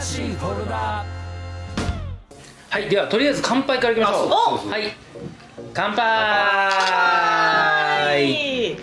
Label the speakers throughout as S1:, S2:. S1: 新しいフォルダ
S2: はいではとりあえず乾杯からいきましょう
S3: あそう
S2: はい乾杯
S3: い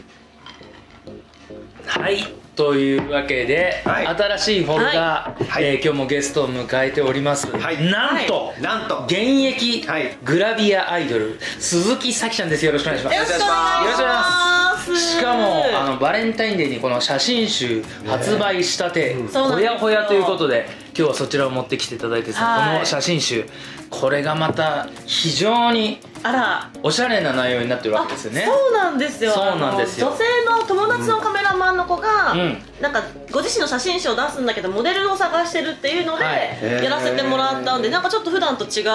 S2: はいというわけで、
S1: はい
S2: 新しいフォルダ、
S1: はい
S2: えー今日もゲストを迎えております、
S1: はい
S2: なんと、
S1: ーなんと
S2: 現役
S1: はい
S2: グラビアアイドル、鈴木咲ちゃんですよろしくお願いしま
S3: よろ
S2: す
S3: しくお願いします
S2: しかもあのバレンタインデーにこの写真集発売したて、
S3: そう
S2: ほ
S3: なんですよ
S2: やほやということで今日はそちらを持ってきていただいてですね、
S3: はい
S2: この写真集これがまた非常に
S3: あら
S2: おしゃれな内容になってるわけですよね
S3: あそうなんですよ
S2: そうなんですよ
S3: あの女性の友達のカメラマンの子が、
S2: うん
S3: なんかご自身の写真集を出すんだけどモデルを探してるっていうので、
S2: はい
S3: やらせてもらったんでなんかちょっと普段と違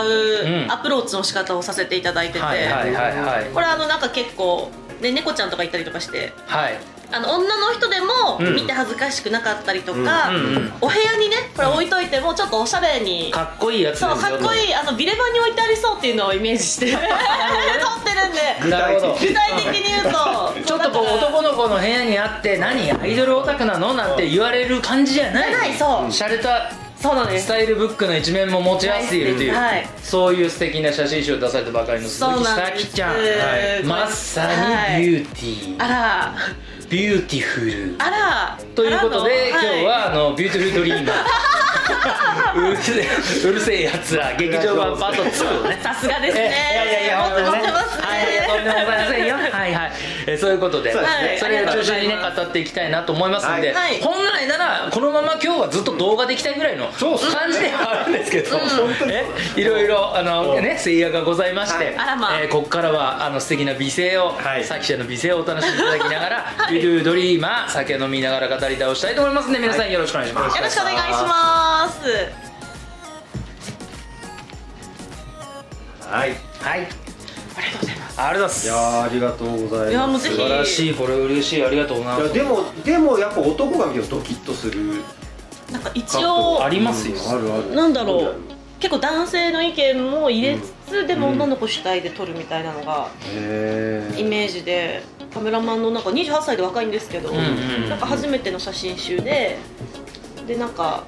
S2: う
S3: うんアプローチの仕方をさせていただいてて、
S2: はいはいはいはい
S3: これあのなんか結構、ね、猫ちゃんとかいたりとかして
S2: はい
S3: あの女の人で
S2: う
S3: も
S2: ん
S3: 見て恥ずかしくなかったりとか、
S2: うんうんうん
S3: お部屋にねこれ置いといてもちょっとおしゃれに
S2: かっこいいやつです
S3: そ
S2: よ
S3: うかっこいいあのビレバンに置いてありそうっていうのをイメージして 撮ってるんで
S2: なるほど
S3: 具体的に言うと
S2: ちょっとこう男の子の部屋にあって何アイドルオタクなのなんて言われる感じじゃない
S3: じゃないそう
S2: 洒落た
S3: そうなんで
S2: ス
S3: す
S2: タイルブックの一面も持ち合わせているという、
S3: はい
S2: そういう素敵な写真集を出されたばかりの鈴
S3: そ
S2: 木
S3: うな
S2: さ
S3: んです
S2: きちゃん、
S3: はい
S2: まさにビューティー、
S3: あら
S2: ビューティフル
S3: あら
S2: ということで、今
S3: あらの
S2: 日はあのビューティフルドリーマ ーうるせえうるせえやつら劇場版パート2をね
S3: いさすがですね
S2: いやいやいや、
S3: もっと持ってますね
S2: はい、とんでもございませ んよ。はいはい、えーそういうことで、
S1: そうですね
S2: それを中心にね
S3: はい
S2: 語っていきたいなと思いますんで、
S3: はいはい
S2: 本来ならこのまま今日はずっと動画でいきたいぐらいの
S1: そうっすね
S2: 感じではあるんですけど、 ね、いろいろあのね制約がございまして、
S1: はい
S3: あらまあ
S2: えーここからはあの素敵な美声を、
S1: はい
S2: 作者の美声をお楽しみいただきながら、ビルドリーマー酒飲みながら語り倒したいと思いますんで、皆さんよろしくお願いします。
S3: よろしくお願いします
S1: はいい
S2: はい、ありがとうございます。ありがとうございます。
S1: やーありがとうございます
S3: いやもうぜひ
S2: 素晴らしいこれ嬉しいありがとうござい
S1: い
S2: ま
S1: や
S2: す
S1: でもでもやっぱ男が見るとドキッとする
S3: なんか一応
S2: ありますよ、
S1: うんあるある
S3: なんだろう結構男性の意見も入れつつ、でも女の子主体で撮るみたいなのが
S1: へえ
S3: イメージでカメラマンのなんか28歳で若いんですけど、
S2: んうん
S3: なんか初めての写真集ででなんか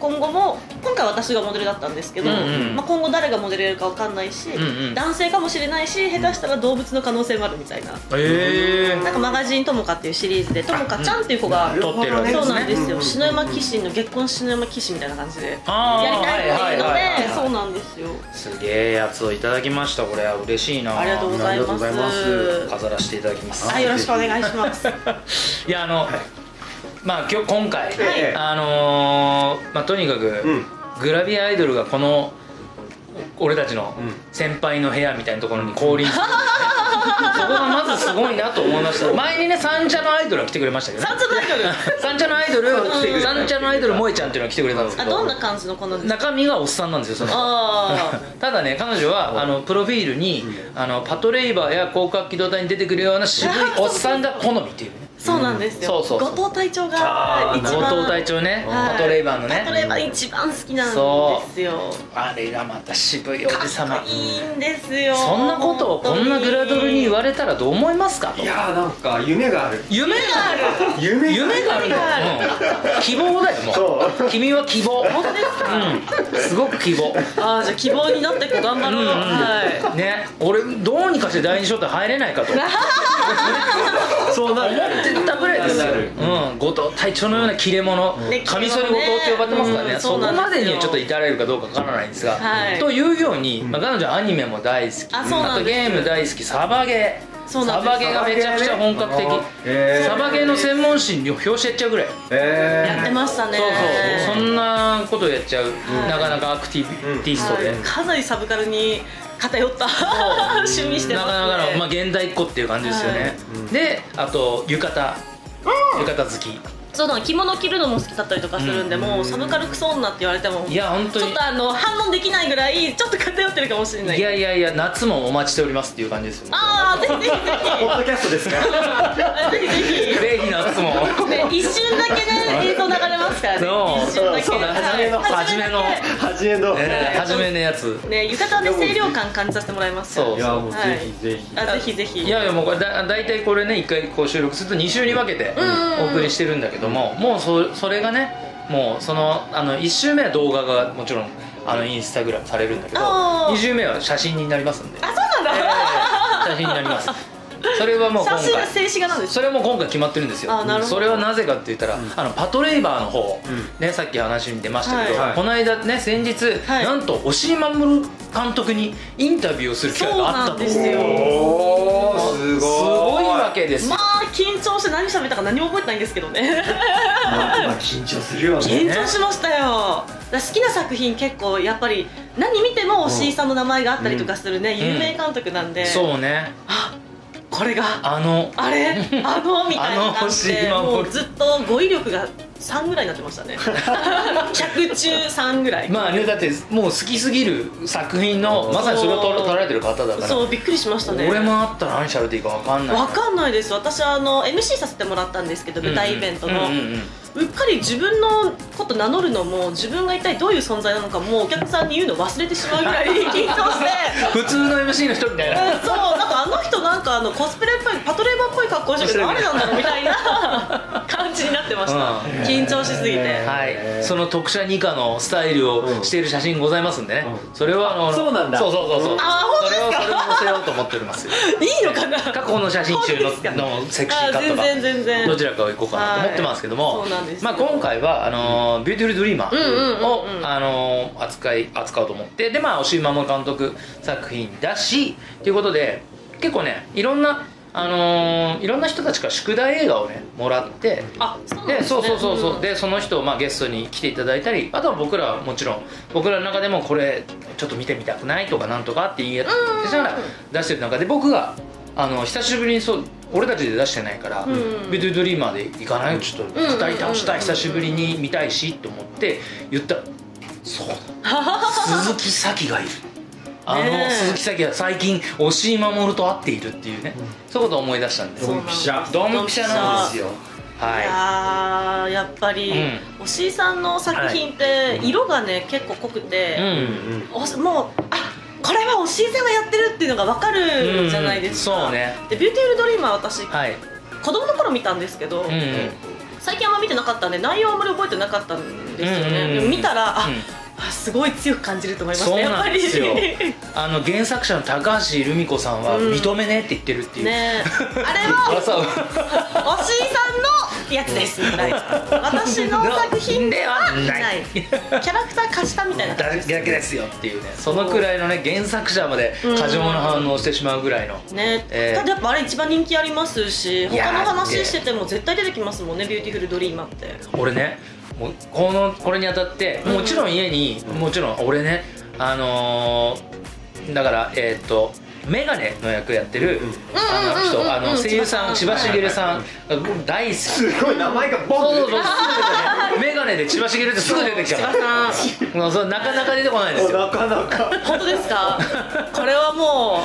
S3: 今後も今回私がモデルだったんですけど、
S2: うんうん
S3: まあ、今後誰がモデルやるかわかんないし、
S2: んうん
S3: 男性かもしれないし下手したら動物の可能性もあるみたいな。
S2: え
S3: なんかマガジンともかっていうシリーズでともかちゃんっていう子が
S1: うん
S2: 撮ってるわけで
S3: そう
S2: す
S3: なんで
S2: ね
S3: すよ篠山騎士の結婚篠山騎士みたいな感じでやり
S2: あー
S3: たいっていうの
S2: はいはいはい
S3: で
S2: はい
S3: そうなんですよ
S2: すげえやつをいただきましたこれは嬉しいな
S3: ありがとうござい
S1: ありがとう
S3: ま
S1: ご
S3: す
S1: ざいます
S2: 飾らせていただきます
S3: あよろしくお願い します
S2: いやあの、まあ今日今回、
S1: ええ
S2: あのーまあとにかく、
S1: うん
S2: グラビアアイドルがこの俺たちの
S1: うん
S2: 先輩の部屋みたいなところに降臨する、そこがまずすごいなと思いました前にね三茶のアイドルは来てくれましたけど、ね、
S3: 三つタイトル
S2: 三茶のアイドル
S1: 来てくれた
S2: 三茶のアイドル萌えちゃんっていうのが来てくれたんですけ
S3: あ
S2: ど
S3: どんな感じの子なんですか
S2: 中身がおっさんなんですよその子
S3: あ
S2: ただね彼女はあのプロフィールにあのパトレイバーや広角機動隊に出てくるような渋いおっさんが好みっていうね
S3: ーそうなんですよ
S2: そうそうそう
S3: 後藤隊長が
S2: 後
S3: 一番
S2: 藤隊長ね
S3: はい
S2: パトレイバーの
S3: パトレイ
S2: ね
S3: バー一番好きなんですよ
S2: あれがまた渋いおじさま
S3: いいんですよ
S2: そんなことをこんなグラドルに言われたらどう思いますかと
S1: いやーなんか夢がある
S2: 夢がある
S1: 夢
S2: 夢があるのうん希望だよも
S1: そう
S2: 君は希望
S3: 本当ですか、
S2: うんすごく希望
S3: あーじゃあ希望になってく頑張ろう、
S2: うんうん
S3: はい
S2: ね、俺どうにかして第二招待入れない かとそうなる思ってたぐらいですよ
S1: なる、
S2: うん、後藤隊長のような切れ者
S3: ね
S2: カミソリ後藤って呼ばれてますからね、
S3: うん
S2: そ
S3: そ
S2: こ
S3: うなんですよ
S2: までにはちょっと至れるかどうかわからないんですが、
S3: はい
S2: というように、まあ、彼女はアニメも大好き
S3: あそうなん
S2: と
S3: です
S2: ゲーム大好きサバゲー
S3: そうな
S2: サ
S3: んで
S2: バ
S3: す
S2: ゲーがめちゃくちゃ本格的
S1: へー
S2: サバゲーの専門誌に表紙やっちゃうぐらい
S1: え
S3: やってましたね
S2: そうそうそんなことをやっちゃう、なかなかアクティビティストで、
S3: はいかなりサブカルに偏った 趣味して
S2: な
S3: ますね
S2: かなかの、まあ、現代っ子っていう感じですよね、
S3: はい
S2: であと浴衣、浴衣好き
S3: そうだ着物着るのも好きだったりとかするんで、もうサブカルクソ女って言われても
S2: いや本当
S3: ちょ
S2: に
S3: っとあの反応できないぐらいちょっと偏ってるかもしれない
S2: いやいやいや夏もお待ちしておりますっていう感じですよね
S3: ああぜひぜ
S1: ポッドキャストですか
S3: ひぜひぜひぜ
S2: ぜひ夏 も
S3: ひ、ね、一瞬だけね映像流れますからね
S2: の
S3: 一瞬だけ
S2: そう初めの
S3: はい
S2: 初めの
S1: 初めの
S3: 初めだ
S2: えー初めのやつ
S3: けね浴衣で清涼感感じさせてもらいますから
S2: そう
S1: いやもうぜ
S3: はい
S1: ひぜひ
S3: あぜひぜひ
S2: いやいやもうこれだ大体これね一回こう収録すると2週に分けてお送りしてるんだけども、もうそそれがねもうそのあの1周目は動画がもちろんあのインスタグラムされるんだけど
S3: あー
S2: 2周目は写真になりますん で
S3: あそうなんだ、
S2: ええ写真になりますそれはもう今
S3: 写真が
S2: 回
S3: 静止画なんです
S2: それはもう今回決まってるんですよ
S3: あなるほど
S2: それはなぜかって言ったら、
S1: うん
S2: あのパトレイバーの方、
S1: ん
S2: ね、さっき話に出ましたけど、
S1: はいはい
S2: この間ね先日、
S3: はい
S2: なんと押井守監督にインタビューをする機会があったと
S3: そうなんですよ
S1: おーすご
S2: す
S1: い
S2: ごいわけですよ
S3: まあ緊張して何喋ったか何も覚えてないんですけどね
S1: まあまあ緊張するよね
S3: 緊張しましたよだから好きな作品結構やっぱり何見ても押井さんの名前があったりとかするね、有名監督なんで、
S2: そうね
S3: あこれが
S2: あの
S3: あれあのみたいな
S2: あの
S3: 感じで
S2: 押井守
S3: もうずっと語彙力が3ぐらいになってました ね100中3ぐらい、
S2: まあねだってもう好きすぎる作品のまさにそれを撮ら撮られてる方だから
S3: そうびっくりしましたね
S2: 俺もあったら何喋っていいか分かんない
S3: わかんないです私あの MC させてもらったんですけど
S2: うんうん
S3: 舞台イベントの、う
S2: うんうんうん
S3: っかり自分のこと名乗るのも自分が一体どういう存在なのかもうお客さんに言うの忘れてしまうぐ らい緊張して
S2: 普通の MC の人みたいな
S3: うんそうなんかあの人なんかあのコスプレっぽいパトレーバーっぽい格好してるけど
S2: 面
S3: 誰
S2: 白
S3: なんだろうみたいな感じになってました、
S2: うん
S3: 緊張しすぎて、
S1: えー
S2: はい、その特写ニカのスタイルをしている写真ございますんでね、
S1: うん
S2: それはあの
S1: そうなんだ
S2: そうそうそうそう
S3: あ本当
S2: そ
S3: で
S2: れを
S3: すか
S2: それを載せようと思っており ますよ
S3: いいのかな
S2: 過去の写真中
S3: 本当ですか
S2: ののセクシ
S3: あ
S2: ーカット
S3: 全然
S2: が
S3: 全然
S2: どちらかをいこうかなと思ってますけども、
S3: はいそうなんです
S2: ま
S3: よ
S2: あ、今回はあのービューティフルドリーマー」を、
S3: うんうんうんうん
S2: あのー扱い扱おうと思ってでまあ押井守監督作品だしということで結構ねいろんな、あのーいろんな人たちから宿題映画をねもらって
S3: あそうなんです、
S2: で
S3: ね、
S2: そうそうそうそう、
S3: ん
S2: でその人をまあゲストに来ていただいたりあとは僕らはもちろん僕らの中でもこれちょっと見てみたくないとかなんとかって言い合って
S3: うん
S2: しながら出してる中で僕があの久しぶりにそう俺たちで出してないから「
S3: うんうん
S2: ビッドドリーマー」で行かないちょっと
S3: うんうん
S2: 二人倒したい久しぶりに見たいしと思って言ったらそうだ鈴木咲がいる。あ
S3: ね
S2: の
S3: え
S2: 鈴木咲が最近押井守と会っているっていうね、そういうことを思い出したんで
S1: ドンピシャ
S2: ドンピシャなんです
S3: よ
S2: よはい
S3: いやーやっぱり、
S2: う
S3: 押井さんの作品って色がね結構濃くて、
S2: うん
S1: うん
S3: おしもうあこれは押井さんがやってるっていうのが分かるじゃないですか、
S2: うんそうね
S3: で「ビューティフルドリーマー」私
S2: はい
S3: 子供の頃見たんですけど、
S2: うんうん
S3: 最近あんま見てなかったんで内容はあんまり覚えてなかったんですよね、
S2: うんうんうん
S3: でも見たらあ、
S2: うん
S3: あすごい強く感じると思います
S2: そう
S3: ねやっ
S2: な
S3: ぱ
S2: んで
S3: り
S2: すよ
S3: ね
S2: あの原作者の高橋留美子さんは
S3: うん
S2: 認めねって言ってるっていう、
S3: えあれ
S2: あ
S3: は
S2: そう
S3: 押井さんのやつですみたいな私の作品ではないキャラクター貸したみたいな
S2: だだけですよっていうねそのくらいのね原作者まで過剰な反応してしまうぐらいの、
S3: ね
S2: ええ
S3: ただやっぱあれ一番人気ありますし
S2: いや
S3: 他
S2: ー
S3: の話してても絶対出てきますもんね「ビューティフルドリーマー」って
S2: 俺ねもうこのこれにあたってもちろん家に、もちろん俺ねあのーだからえーっとメガネの役やってる、
S1: うん
S2: あの
S3: うんうんうん
S2: 人あ
S3: う
S2: の
S3: ん
S2: 声優さん
S3: 千
S2: 千葉
S3: 葉さん
S2: 茂さんが僕大好き
S1: すごい名前がボン
S2: そう
S1: っ
S2: そう
S1: て
S2: そうすぐ出てくるメガネで千葉茂ってすぐ出てきちゃう
S3: あ
S2: もうそれなかなか出てこないですよ、うん、
S1: なかな か
S3: 本当ですかこれはも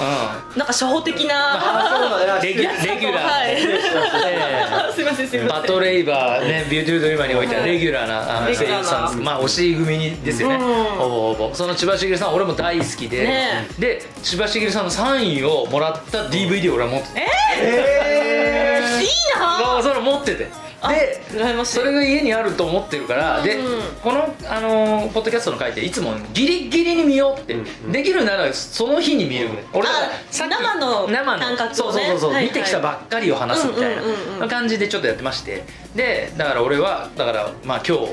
S3: うなんか初歩的な
S2: レギュレギュラー、
S3: はい
S2: え
S3: あすいませんすい
S2: えバ
S3: ません
S2: トレイバーねビューティードリーマーにおいては
S3: はい
S2: レギュラーなあの
S3: レギュ
S2: 声
S3: ラー
S2: 優
S3: な
S2: さんですけどまあ押井組にですよね、
S3: うん
S2: ほぼほぼその千葉茂さん俺も大好きで、
S3: ね
S2: で千葉茂さんのサインをもらった DVD を俺は持ってて
S1: え
S3: いいな
S2: あそれ持ってて
S3: あ
S2: で
S3: 羨ましい
S2: それが家にあると思ってるから、で
S3: うんうん
S2: この、あのーポッドキャストの回っていつもギリギリに見ようって、
S1: うんうん
S2: できるならその日に見るぐらい、俺だから
S3: あ生の
S2: 生の
S3: 感覚をね
S2: そうそうそうそう、
S3: はいはい
S2: 見てきたばっかりを話すみたいな
S3: うんうんうんうん
S2: 感じでちょっとやってましてでだから俺はだからまあ今日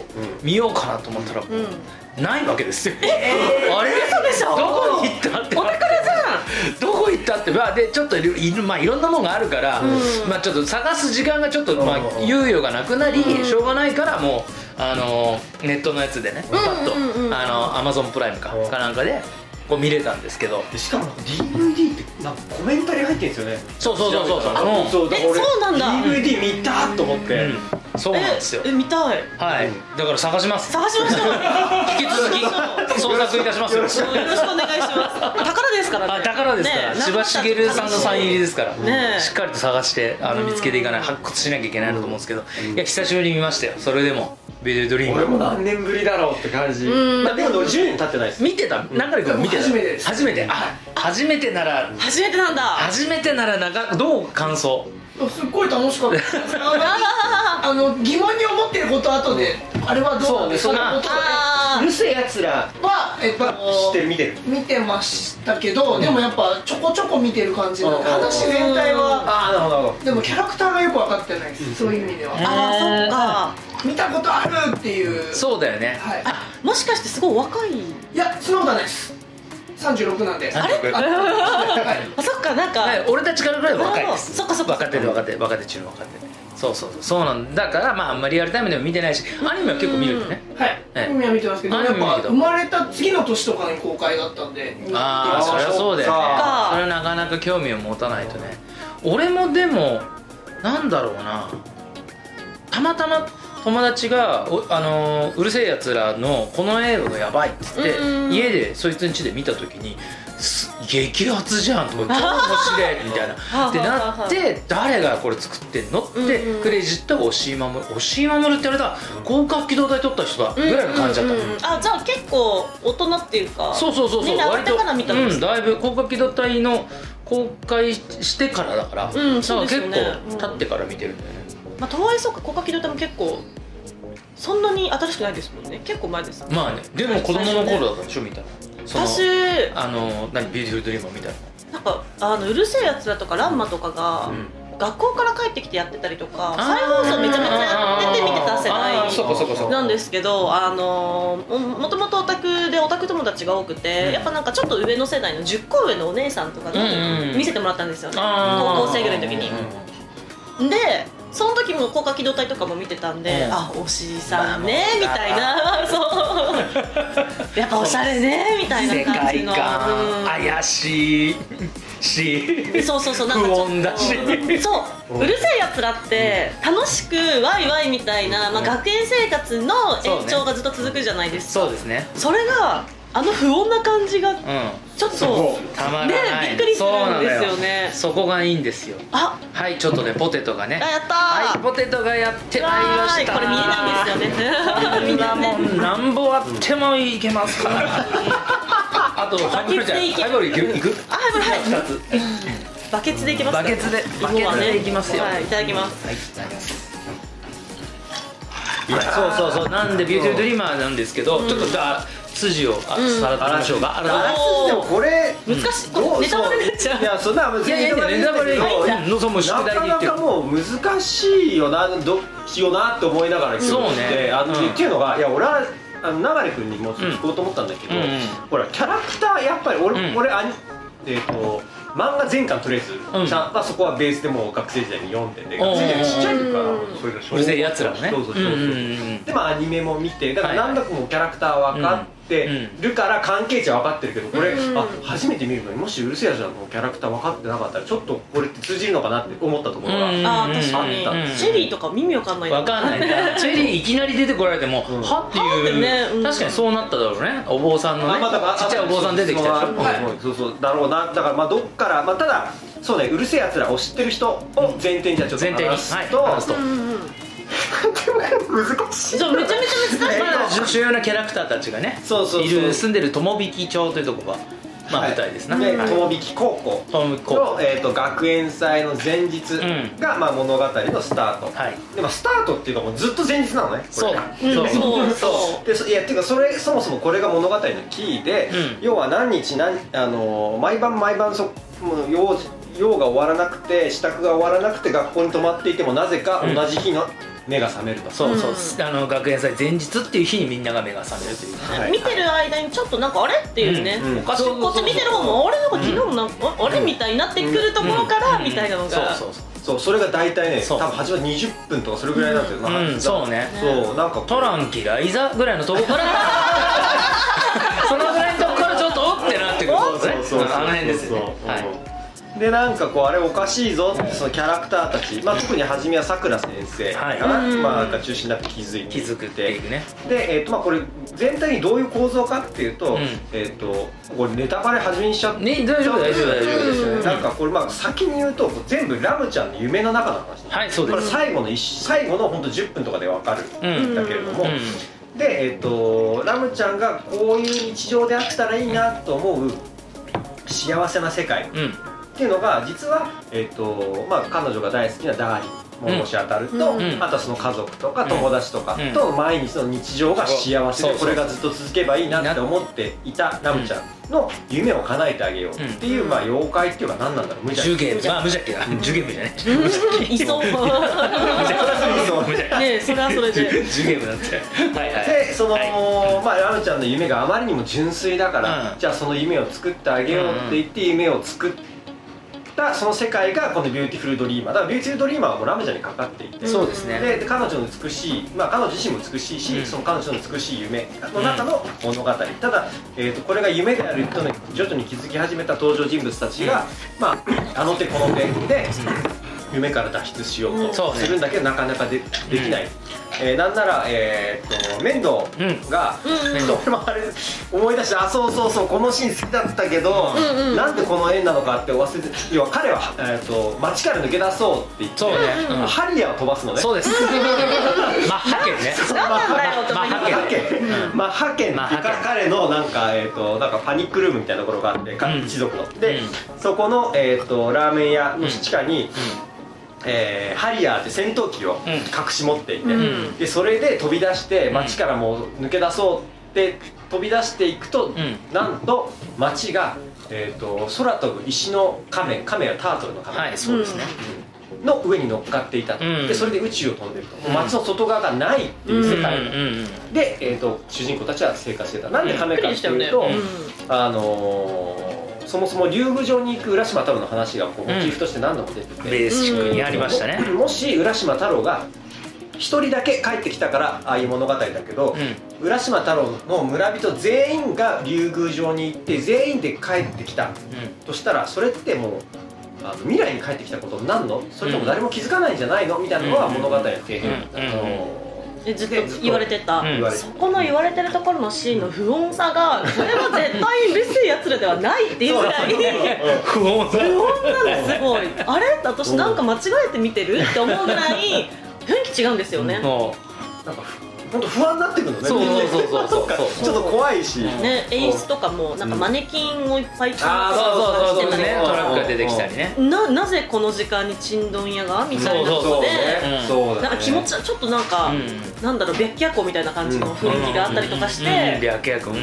S2: 見ようかなと思ったら、
S3: うん
S2: ないわけですよ、 あれ
S3: 嘘でしょ
S2: どこに行ったって
S3: お宝じゃ ん
S2: どこ行ったってまあでちょっといろいろまあいろんなもんがあるから、
S3: ん
S2: まあちょっと探す時間がちょっとまあ
S1: うん
S2: 猶予がなくなり、
S3: うん
S2: しょうがないからもうあのネットのやつでね、パッと
S3: うんうんうん
S2: あのアマゾンプライムか、
S1: うん
S2: かなんかでこう見れたんですけど、
S1: しかも DVD ってなんかコメンタリー入ってるんですよね
S2: そうそうそうそうそう、
S1: あ
S2: うん
S1: そうだから俺
S3: えそうなんだ
S1: DVD 見たと思って
S2: うんそうなんですよ
S3: ええ見たい
S2: はいだから探します
S3: 探しましょう
S2: 引き続き捜索いたしますよ
S1: よろし
S3: よろしくお願いします宝ですからね
S2: あ宝ですから、
S3: ね
S2: 千葉茂さんのサイン入りですから、
S3: ねえ
S2: しっかりと探してあの
S3: うん
S2: 見つけていかない発掘しなきゃいけないなと思うんですけど、
S1: うん
S2: いや久しぶりに見ましたよそれでも「ビデオドリーム」
S1: 俺も何年ぶりだろうって感じ
S3: うん
S1: まあでも10年経ってないです
S2: 見てた流れ君見てた
S1: 初めてです
S2: 初めてあ初めてなら
S3: 初めてなんだ
S2: 初めてなら長どう感想
S4: すっごい楽しかったあの疑問に思ってること後であれはどうなんです
S2: そう
S4: か
S2: そう
S4: その
S3: あ
S4: う
S1: うるせえやつら
S4: 音は、えっと、
S1: 知ってる見てる
S4: 見てましたけど、でもやっぱちょこちょこ見てる感じなんで
S1: うん
S4: 話全体は
S1: ああなるほどなるほ
S4: でもキャラクターがよく分かってないです、そういう意味では、
S2: ね
S3: あーそっ
S4: 見たことあるっていう
S2: そうだよね
S4: はい
S3: かもしかしてすご い若い
S4: いやそんなことないです36なんで
S2: あ
S4: あ
S2: れ
S4: はい
S3: あそっかなんか、
S2: はい俺たちからぐらいは若いです
S3: そっかそっか
S2: 若手で若手若手中の若手そうそうそうそうなんだからまああんまリアルタイムでも見てないしアニメは結構見るよね
S4: はい、
S2: ええ
S4: 今は見てますけど
S2: あ
S4: やっ
S2: 今見
S4: ぱ
S2: てた
S4: 生まれた次の年とかに公開だったんで
S2: ああそりゃそうだよね
S1: あ
S3: ー
S2: それはなかなか興味を持たないとね俺もでもなんだろうなたまたま友達が「おあのーうるせえやつらのこの映画がやばい」って言って、
S3: うん
S2: 家でそいつん家で見た時に「す激アツじゃん」 とか「超面白い」みたいなってなって「誰がこれ作ってんの?」って、
S3: うんうん
S2: クレジットが押井守押井守って言われたら広角機動隊撮った人だ
S3: うんうんう
S2: ぐ
S3: ん
S2: らいの感じだったの、
S3: あじゃあ結構大人っていうか
S2: そうそうそうそう
S3: みんなだから見たんです
S2: うんだいぶ広角機動隊の公開してからだから、
S3: うん
S2: だか
S3: そう
S2: ら
S3: です
S2: 結
S3: よね
S2: 構
S3: うん
S2: 経ってから見てるんだよね、
S3: まあとはいえそうか高架機動隊も結構そんなに新しくないですもんね結構前です
S2: まあねでも子供の頃だったでしょみたいなその
S3: 私
S2: あの何ビューティフルドリーマーみたい
S3: なんかあのうるせえやつらとかランマとかが、
S2: な、うん
S3: 学校から帰ってきてやってたりと
S2: あ
S3: か
S2: ー
S3: 再放送めちゃめちゃやってて見てた世
S2: あーそう
S3: 代
S2: かそうかそうか
S3: なんですけどあのももともとオタクでオタク友達が多くて、
S2: うん
S3: やっぱなんかちょっと上の世代の10個上のお姉さんとかに
S2: うんうん
S3: 見せてもらったんですよね、
S2: あー
S3: 高校生ぐらいの時に
S2: うんうん
S3: でその時も高架機動隊とかも見てたんで、
S2: うん
S3: あおしいさんね
S2: まあ、
S3: みたいなそ うやっぱおしゃれねみたい
S2: 世
S3: な感
S2: 界
S3: じの
S2: 観怪しいし
S3: うんそうそうそうなんかちょっと
S2: 不穏だし
S3: そううるせえやつらって楽しくワイワイみたいな、まあ、学園生活の延長がずっと続くじゃないですか
S2: そうですね
S3: それがあの不穏な感じが
S2: うん
S3: ちょっと
S1: ど
S2: たまらない、
S3: ねびっくりするん
S2: そうなの
S3: ですよね
S2: そこがいいんですよ
S3: あ
S2: はいちょっとねポテトがね
S3: あやったー、
S2: はい、ポテトがやってまいりました。
S3: わーこれ見えないんですよねみんなね
S2: こんなもんなんぼあってもいけますから。あとハイボールじゃない。ハイボールいくいく。
S3: あはいこれはい
S2: 二つ。
S3: バケツでいきますか
S2: バケツでバケ
S3: 芋は
S2: ツ
S3: ね
S2: でいきますよ。
S3: はいいただきます
S2: はいいただきます。いやそうそうそうなんでビューティードリーマーなんですけど、ちょっとだ筋をあ
S3: うん
S2: さらっと見ましょうか。あら
S1: あ
S3: おー
S1: でもこれ
S3: 難しいこ
S1: どう
S3: れネタバレになっちゃ
S1: いやそんな別
S2: いやいやいやネタバレうんのそもう宿
S1: な
S2: 題
S1: か
S2: に言
S1: な
S2: って
S1: かもう難しいよなどよなって思いながら聞いてて
S2: そうね
S1: あの
S2: うん
S1: っていうのがいや俺はあの流君にも聞こうと思ったんだけど、
S2: うんうんうん
S1: ほらキャラクターやっぱり俺、
S2: うん
S1: 俺あにえっ、と漫画全巻とりあえず、
S2: うん
S1: ちゃんまあ、そこはベースでもう学生時代に読んでて
S2: うんうんうん
S1: 学生時代ちっちゃい時からそれが小学校
S2: うるせえやつらをね。
S1: そうそうそ
S2: うん
S1: うそう
S2: うんうん。
S1: でもアニメも見てだから
S2: はい
S1: 何度かもうキャラクター分かってるから関係値は分かってるけどこれ、
S3: うん
S1: あ初めて見るのにもしうるせえやじゃんのキャラクター分かってなかったらちょっとこれって通じるのかなって思ったところが、
S2: うん
S3: あー確かに
S1: あった
S2: うん
S3: チェリーとか耳わかんない
S2: わかんないなチェリーいきなり出てこられても、
S1: うん
S2: はって
S3: はっ
S2: い
S3: て
S2: う、
S3: ねうん
S2: 確かにそうなっただろうねお坊さんのね、
S1: まあだから
S2: ちっちゃいお坊さん出てきたでしょ、
S1: まあそうそうだろうなだからまあどっから、まあ、ただそうねうるせえやつらを知ってる人を前提にじゃあちょっと
S2: 前提に
S1: 話すと、
S2: はい話すと
S3: うんうんうん
S1: 難しい
S3: そうめちゃめちゃ難しい
S2: ま あ主要なキャラクターたちがね
S1: そうそうそう
S2: いる住んでる友引町というとこが、まあ、
S1: はい
S2: 舞台ですな、
S1: で友引高校
S2: 友引高校
S1: の、えー、と学園祭の前日が、まあ、物語のスタート、
S2: はい
S1: でもスタートっていうかもうずっと前日なのねこ
S2: そう
S1: れが
S3: うん
S2: そう
S3: そうそ
S1: そう でそいやっていうかそれそもそもこれが物語のキーで、
S2: うん
S1: 要は何日何あのー毎晩毎晩そもう用事用が終わらなくて支度が終わらなくて学校に泊まっていてもなぜか
S2: うん
S1: 同じ日の目が覚めると、
S2: そうそう、
S3: う
S2: あの学園祭前日っていう日にみんなが目が覚めるという
S3: う
S1: はい
S3: 見てる間にちょっとなんかあれっていうね、
S1: うんうん
S3: こっち見てる方もあれなんか昨日もなんか、あれみたいになってくるところから、みたいなのが、
S2: そうそうそ
S1: そうそれが大体ね
S2: そ
S1: 多
S2: う
S1: 分始まる20分とかそれぐらいなんですよ、
S2: う、うん、そうね
S1: そうなんか
S2: トラン嫌いざぐらいのとこ から そのぐらいのとこからちょっとおってなってくるんですねあの辺ですよねはい
S1: いでなんかこうあれおかしいぞってそのキャラクターたち、まあ、特に初めはさくら先生かな、
S2: は
S1: まあ、なんか中心になって気づいて
S2: 気づくっていうね
S1: で、えーとまあ、これ全体にどういう構造かっていうと,、
S2: うん
S1: えー、とこれネタバレ始めにしちゃって、
S2: ね大丈夫大丈夫大丈夫ですよ
S3: うん
S1: なんかこれまあ先に言うと全部ラムちゃんの夢の中の話
S2: はいそう
S1: こ
S2: で
S1: れ
S2: す
S1: 最後の一最後の本当10分とかで分かる
S2: うん
S1: んだけれども、
S2: うん
S1: で、えー、とラムちゃんがこういう日常であったらいいなと思う幸せな世界っ
S2: うん
S1: ていうのが実は、えーとまあ、彼女が大好きなダーリン物腰当たると、
S3: うん
S2: うん
S1: あとはその家族とか友達とか
S2: うん
S1: と毎日の日常が幸せ
S2: そうそうそうそ
S1: で
S2: う
S1: これがずっと続けばいいなって思っていたラムちゃんの夢を叶えてあげようっていう、
S3: うん
S1: まあ妖怪っていうか何なんだ ろう無邪
S2: ジュゲ
S1: 気
S2: ームまあ無邪気だジュゲームじゃね無邪気
S3: いそう
S2: 無邪気無邪気
S3: ねえそれはそれ
S2: ジ
S3: で
S2: ュジュゲームだってはいはい
S1: でその、
S2: はい
S1: まあラムちゃんの夢があまりにも純粋だから、
S2: うん
S1: じゃあその夢を作ってあげようって言って夢を作ったその世界がこの「ビューティフルドリーマー」だから「ビューティフルドリーマー」はもうラムちゃんにかかっていて、
S2: そうですね
S1: で彼女の美しい、まあ、彼女自身も美しいし、
S2: うん
S1: その彼女の美しい夢の中の物語、ただ、えー、とこれが夢であることに徐々に気づき始めた登場人物たちが、まあ、あの手この手で夢から脱出しよう
S2: そう
S1: と
S2: ね
S1: するんだけど、なかなかでできない、えーなんなら、えー、と面倒が、
S3: うんうん
S1: ちょっと俺もあれ思い出してあそうそうそうこのシーン好きだったけど、
S3: うんうん
S1: なんでこの縁なのかって忘れて要は彼は、えー、と街から抜け出そうって言って
S2: そうねうん
S1: ハリアーを飛ばすのね
S2: そうですマッハ剣ね
S3: 何なんだよと
S2: マ
S3: か
S2: ッ
S3: 言
S1: マ
S2: ハ
S1: ッハ
S2: 剣
S1: ケンマッハケンって
S2: マッハケ
S1: いう
S2: ン
S1: か彼のなんかえっとなんかパニックルームみたいなところがあってか
S2: うん
S1: 一族ので
S2: うん
S1: そこのえっとラーメン屋の地下にえーハリアーって戦闘機を
S2: うん
S1: 隠し持っていて
S3: うん
S1: でそれで飛び出して街からもう抜け出そうって飛び出していくと
S2: ん
S1: なんと街がえっと空飛ぶ石の亀亀はタートルの亀
S2: はいそうですね
S1: の上に乗っかっていたと
S2: うん
S1: でそれで宇宙を飛んでると
S2: うん
S1: 街の外側がないっていう世
S2: うん
S1: 界で、えー、と主人公たちは生活してたなんで亀かっていうと、
S2: うん
S1: あのーそもそも竜宮城に行く浦島太郎の話がこうモチーフとして何度も出て
S2: うん
S1: て、
S2: ベーシックにありましたね
S1: ももし浦島太郎が一人だけ帰ってきたからああいう物語だけど、浦島太郎の村人全員が竜宮城に行って全員で帰ってきたとしたらそれってもうあの未来に帰ってきたことになるのそれとも誰も気づかないんじゃないのみたいなのが物語の底辺だった、
S2: うんうん
S1: あのー
S3: でずっと言われてた、
S2: うん
S1: 言われて
S3: そこの言われてるところのシーンの不穏さがこれは絶対うるせえやつらではないっていうぐらい不穏
S2: 不穏だ
S3: なのすごいあれ私なんか間違えて見てるって思うぐらい雰囲気違うんですよ
S1: な
S3: ね、
S1: んかふ本当不安になってくるのね
S2: そうそうそうそうそう
S1: なんかちょっと怖いし
S2: うん
S3: ね演出とかもなんかマネキンをいっぱい着用
S1: あー
S2: そうそうそうそう
S3: してたり
S2: ね
S3: と
S2: ト
S3: か
S2: ラックが出てきたりね
S3: ななぜこの時間にちんどん屋がみたいな
S2: そう
S3: ことで
S2: ねうん
S1: そうだね
S3: なんか気持ちはちょっとなんか、
S2: うん
S3: なんだろう白夜行みたいな感じの雰囲気があったりとかして、
S2: 白夜君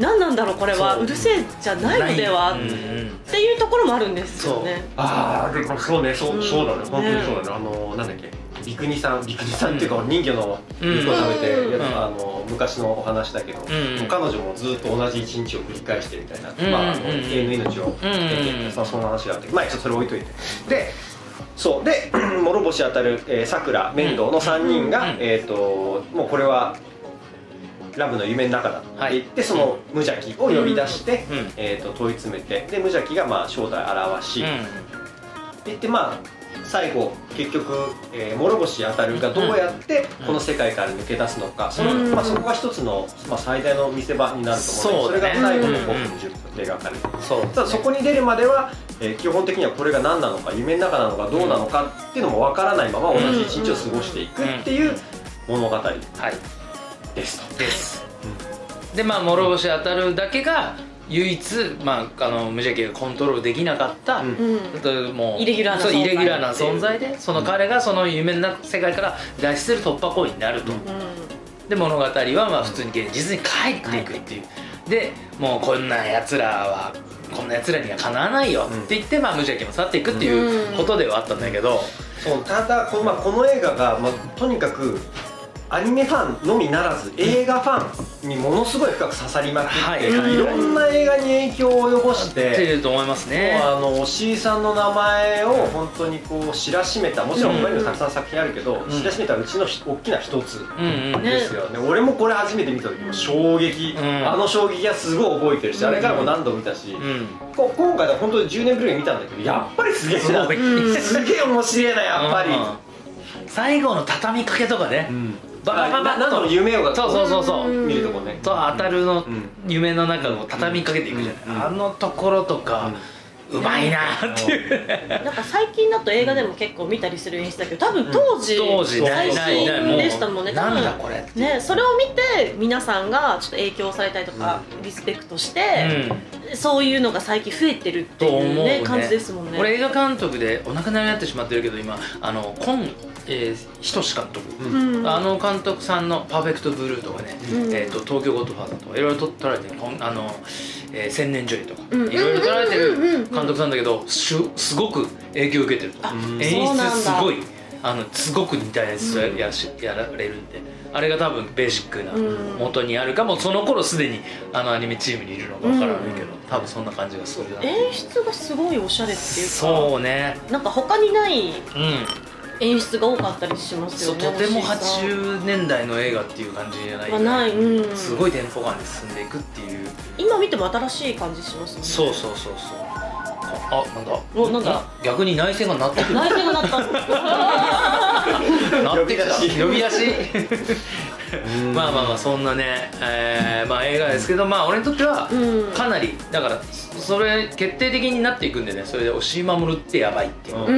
S3: 何なんだろうこれは
S2: そう
S3: うるせえじゃないのでは
S2: うん
S3: っていうところもあるんですよね
S1: ああでもそうねそううんそうだね本当にそうだね
S3: ね
S1: あのーなんだっけビクニさんビクニさんっていうか人魚の
S2: うん
S1: 肉を食べてるやつ
S2: うん
S1: あのー昔のお話だけど
S2: ん
S1: もう彼女もずっと同じ一日を繰り返してみたいな
S2: うん
S1: まああの
S2: うん
S1: 永遠の命を
S2: うんうん
S1: まあそんな話があってまあちょっとそれ置いといてでそうで 諸星当たるえーさくら面倒の3人が、
S2: うん
S1: えっ、ともうこれはラブの夢の中だって言って、その無邪気を呼び出して、
S2: うん
S1: えー、と問い詰めてで無邪気がまあ正体を表し、って言ってまあ最後結局、えー諸星当たるがどうやって
S2: うん
S1: この世界から抜け出すのか、その
S2: うん
S1: まあ、そこが一つの、まあ、最大の見せ場になると思うの
S2: そう
S1: で
S2: だ
S1: そ
S2: ね
S1: れが最後の
S2: うん
S1: 5分10分で描かれて
S2: そう
S1: ただそこに出るまでは、えー基本的にはこれが何なのか夢の中なのかどうなのかっていうのもわからないまま同じ一日を過ごしていくっていう物語
S2: はい
S1: ですと。
S2: です、でまあ諸星当たるだけが唯一、まあ、あの無邪気がコントロールできなかった、
S1: うん
S3: うん
S2: ちょっともう
S3: イレギュラーな
S2: そう
S3: 存在
S2: イレギュラーな存在でその彼がその夢の世界から脱出する突破口になると、
S1: うん
S2: で物語はまあ普通に現実に帰っていくっていう、でもうこんなやつらはこんなやつらにはかなわないよって言って、まあ、無邪気も去っていくっていううんことではあったんだけど、
S1: そうただこの,、まあ、この映画が、まあ、とにかくアニメファンのみならず映画ファンにものすごい深く刺さりまくって、
S2: はい
S1: い、ろんな映画に影響を及ぼし
S2: って
S1: て。
S2: いうと思いますね
S1: もうあの石井さんの名前を本当にこう知らしめたもちろん他にもたくさん作品あるけど、
S2: ん
S1: 知らしめたうちのひ大きな一つ
S2: うんうん
S3: ね
S1: ですよね俺もこれ初めて見た時も衝撃、
S2: うん
S1: あの衝撃はすごい覚えてるし、あれからも何度も見たし、
S2: うん
S1: こ今回で本当に10年ぶりに見たんだけどやっぱりすげえな
S3: うん
S1: すげえ面白いなやっぱり、
S2: うん最後の畳みかけとかね、
S1: ん
S2: ババババッと
S1: ななの夢をが
S2: そうそうそうそう、
S3: うん
S1: 見るとこね
S2: と当たるの
S1: うん
S2: 夢の中を畳みかけていくじゃない、
S1: うん
S2: あのところとか、うまいなっていう
S3: なんか最近だと映画でも結構見たりする演出だけど多分当時
S2: 当時な
S3: 最
S2: いないない
S3: 新
S2: もう
S3: でしたもんね多
S2: なんだ
S3: 分
S2: これ
S3: ねそれを見て皆さんがちょっと影響されたりとかリスペクトして
S2: う
S3: そういうのが最近増えてるって
S2: と思
S3: いうう
S2: ね
S3: ね感じですもんね
S2: 俺映画監督でお亡くなりになってしまってるけど今あの今えー、仁監督、
S1: うん
S3: うん
S2: あの監督さんの「パーフェクトブルー」とかね、
S3: うん
S2: えー、と東京ゴッドファーザーとかいろいろと撮られてるこんあの、えー千年女優とか
S3: う
S2: い
S3: ん
S2: ろいろ撮られてる
S3: うんうんうんうん
S2: 監督さんだけどしゅすごく影響を受けてると
S1: うん
S2: 演
S3: そう
S2: 出
S3: なん
S2: す
S3: だ
S2: ごいあのすごく似たやつややしやられるんであれが多分ベーシックな
S3: うん
S2: 元にあるかもその頃すでにあのアニメチームにいるのかわからないけど、多分そんな感じがするな
S3: 演出がすごいおしゃれっていうか
S2: そうね
S3: なんか他にない
S2: うん
S3: 演出が多かったりします
S2: そ
S3: よ
S2: う
S3: ね
S2: とても
S3: 星井さん
S2: 80年代の映画っていう感じじゃない
S3: はない、うん、
S2: すごいテンポ感で進んでいくっていう
S3: 今見ても新しい感じしますね
S2: そうそうそうそうああなんだ
S3: おなんだ
S2: 逆に内戦が鳴ってくる
S3: 泣いてもなった
S2: 鳴ってきた
S1: 呼び出し
S2: 呼び出し
S1: う ん
S2: まあまあまあそんなね、えーまあ映画ですけどまあ俺にとっては
S3: うん
S2: かなりだからそそれ決定的になっていくんでねそれで押井守ってやばいっていう、
S1: うん
S3: う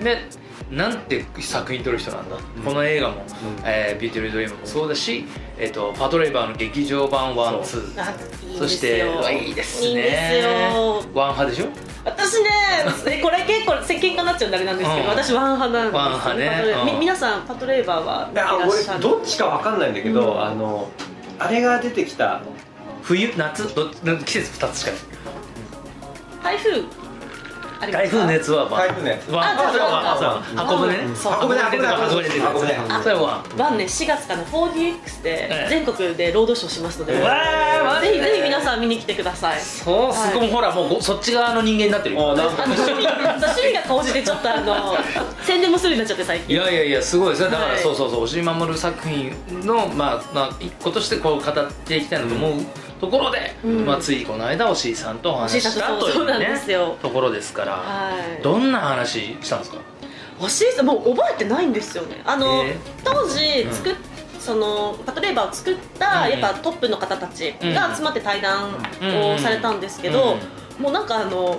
S3: ん
S2: でなんて作品撮る人なんだ、この映画も「えービューティフル・ドリーム」もそうだし、えーと「パトレイバー」の劇場版ワンツー
S1: そ
S3: あいいんですよ
S2: そしてうわいいですね
S3: いいんですよ
S2: ワン派でしょ
S3: 私ねえこれ結構世間化になっちゃうんであれなんですけど、
S2: うん
S3: 私ワン派なんですよ
S2: ワン派ね
S3: パトレイバーみ
S2: うん
S3: 皆さんパトレイバーはい見て
S1: や
S3: らっしゃ
S1: 俺
S3: る
S1: どっちかわかんないんだけど、
S3: うん
S1: あのあれが出てきた
S2: 冬夏ど季節2つしかな
S3: 台風あり
S2: い
S3: ます
S2: 台
S3: か
S2: 風のやつはワン
S1: 台風のやつ
S2: ワン
S3: あじゃあ
S2: それはワン
S3: ワン
S2: そう箱舟ね
S1: そう
S2: 箱舟出てくる
S1: 箱
S2: 箱
S1: 舟
S2: 舟出てくる
S1: 箱舟箱舟
S2: それはワン
S3: バンね4月からの 4DX
S2: え
S3: で
S2: え
S3: 全国でロードショーしますので、
S1: う
S2: わー
S3: ぜひぜひ皆さん見に来てください
S2: そうすごいほらもうごそっち側の人間になってるよ
S1: あなん
S3: あ
S1: か
S3: の趣味 趣味が顔じてちょっとあの宣伝もするようになっちゃって最
S2: い
S3: 近
S2: やいやいやすごいですねだから、
S3: はい
S2: そうそうそう押井守作品のまあまあ一個としてこう語っていきたいなと思うところで、
S3: ん
S2: まあ、ついこの間押井さんとお話ししたと
S3: 押井
S2: い
S3: さ
S2: うん
S3: とそうなんですよ
S2: ねところですから、
S3: はい
S2: どんな話したんですか
S3: 星井さんもう覚えてないんですよねあの、
S2: えー
S3: 当時
S2: うん
S3: 作っ、そのパトレーバーを作った、
S2: うん
S3: やっぱトップの方たちが集まって対談
S2: うん
S3: をされたんですけど、もうなんかあの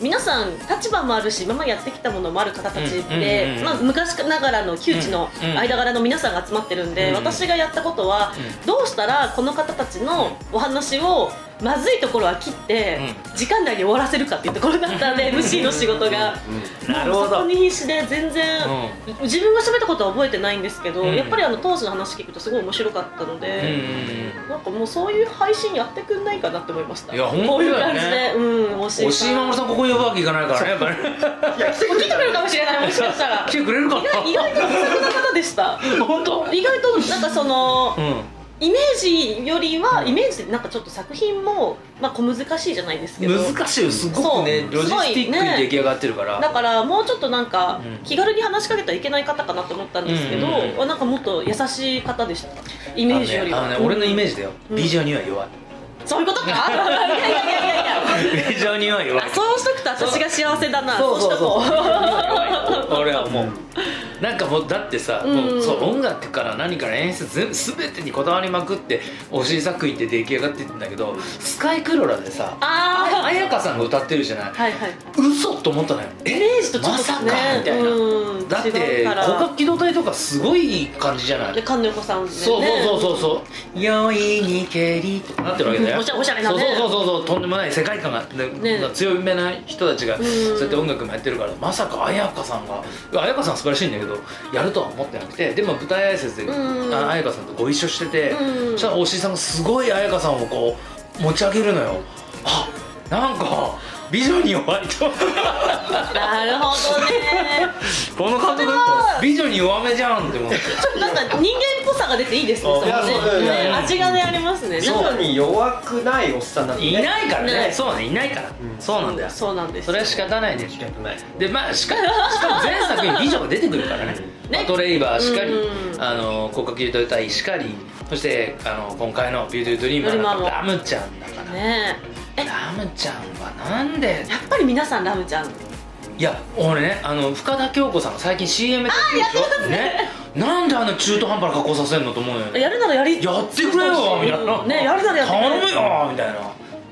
S3: 皆さん立場もあるし今までやってきたものもある方たちで、
S2: うんうんうん
S3: まあ、昔ながらの旧知の
S2: うんうん
S3: 間柄の皆さんが集まってるんで、
S2: うん
S3: 私がやったことは、
S2: う
S3: どうしたらこの方たちのお話をまずいところは切って、時間内に終わらせるかっていうところだったんで MC の仕事が。
S2: なるほ
S3: そ
S2: ど
S3: こに必死で全然、自分が喋ったことは覚えてないんですけど、
S2: うん
S3: やっぱりあの当時の話聞くとすごい面白かったの
S2: うんうん
S3: で、なんかもうそういう配信やってくんないかなって思いました
S2: いや本
S3: こ
S2: 当だ
S3: ういう
S2: よ
S3: 感じ
S2: ね
S3: でうん押
S2: 押井守さんここに呼ぶわけいかないからねやっぱり
S1: いや来てく
S3: 来
S1: れ
S3: て
S1: た
S3: くれるかもしれないもしかし たら
S2: 来てくれるか
S3: 意外と普通な方でした
S2: な本当
S3: 意外となんかその
S2: うん
S3: イメージよりはイメージってなんかちょっと作品もまあ小難しいじゃないですけど
S2: 難しいよすごくね
S3: そ
S2: ロ
S3: う
S2: ジスティックに出来上がってるから、
S3: だからもうちょっとなんか
S2: うん
S3: 気軽に話しかけたらいけない方かなと思ったんですけど、
S2: うんうんうん
S3: なんかもっと優しい方でしたイメージよりは、
S2: あのねあのね俺のイメージだよ、
S3: うん
S2: ビジョンには 弱い
S3: そういうことかいやいやいやいやいや
S2: ビジョンには弱い
S3: そうしとくと私が幸せだなそうしとこう
S2: 俺はもうなんかもうだってさ、
S3: うん
S2: もうそう音楽から何から演出全全てにこだわりまくってお尻作品って出来上がってるんだけどスカイクロラでさ
S3: あ
S2: 彩香さんが歌ってるじゃない
S3: あはいはい
S2: 嘘と思ったのよ
S3: イメージとちょっと
S2: ま
S3: ね
S2: さかみたいな、
S3: うん
S2: だって
S3: 違うから
S2: 広角機動隊とかすごい感じじゃない
S3: で菅野横さんね
S2: そうそうそうそうそう「酔いにけり」とかなってるわけだよ
S3: おしゃおしゃれなね
S2: そうそうそうそうとんでもない世界観が、ね
S3: ね
S2: 強めな人たちが
S3: う
S2: そ
S3: ん
S2: うやって音楽もやってるからまさか彩香さんが彩香さん素晴らしいんだけどやるとは思ってなくてでも舞台挨拶で
S3: うん
S2: あ彩香さんとご一緒してて
S3: うん
S2: そしたら押井さんがすごい彩香さんをこう持ち上げるのよあなんか美女に弱いと
S3: なるほどね
S2: この監督美女に弱めじゃんって思って
S3: なんか人間っぽさが出ていいですね
S1: いや
S3: それね
S1: そうそう
S3: ね
S2: うん
S3: 味がねありますね
S1: ビジョンに弱くないおっさんなんだね
S2: いないからね
S3: ね
S2: そうねいないから、
S1: うん
S2: そうなんだよ
S3: そうなんです
S2: それは仕方ないね
S1: 仕方ない
S2: でまあしかしかも全作に美女が出てくるからね
S3: ね
S2: パトレイバーしかり、
S3: うん
S2: あの国家級と歌いしかりそしてあの今回の「ビューティードリームーなんか
S3: ドリ
S2: ラム
S3: ー
S2: ちゃんだから、
S3: ねええ
S2: ラムちゃんはなんで
S3: やっぱり皆さんラムちゃん
S2: いや俺ねあの深田恭子さんが最近 CM やってるでしょねなんであの中途半端な格好させんのと思うのよね
S3: やるならやり
S2: やってくれよみたいな、
S3: うんねやるならやってくれ
S2: 頼むよみたいな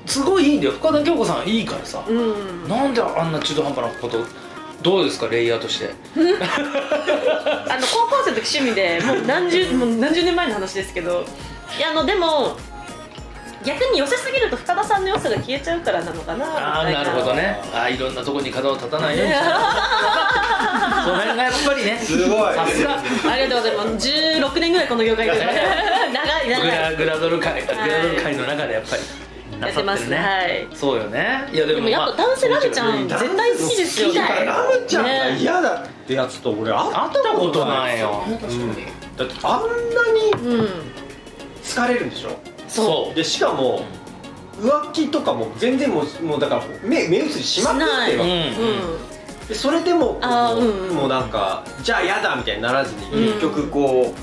S2: すごいいいんだよ深田恭子さんいいからさ、
S3: うん
S2: なんであんな中途半端なことどうですかレイヤーとして
S3: あの高校生の 時趣味でもう何十もう何十年前の話ですけどいやあのでも逆に寄せすぎると深田さんの良さが消えちゃうからなのかなみ
S2: ああ
S3: たい
S2: なるほどねああいろんなとこに角を立たないようにしてるその辺がやっぱりね
S1: すごい
S2: さすが
S3: ありがとうございます16年ぐらいこの業界 で長い
S2: グ
S3: 長
S2: ラ
S3: い
S2: グラドル界グ
S3: はい
S2: ラドル界の中でやっぱりなさってるね、
S3: やってますはい
S2: そうよねいやでも,、
S3: でもやっぱ男性ラブちゃん
S2: あ
S3: 絶対好きですよ
S1: だからラムちゃんが
S3: ね
S1: 嫌だってやつと俺会った
S2: ったこと
S1: い
S2: ないよ
S4: 確かに
S1: だってあんなに
S3: うん
S1: 疲れるんでしょ
S2: そう
S1: でしかも浮気とかも全然もうもうだから目目移りしまくってる
S2: う
S1: わ
S2: ん、
S1: け
S3: う
S1: でそれでもこ
S3: あー
S1: う
S3: うんうん
S1: もうなんかじゃあ嫌だみたいにならずに
S3: うん
S1: 結局こう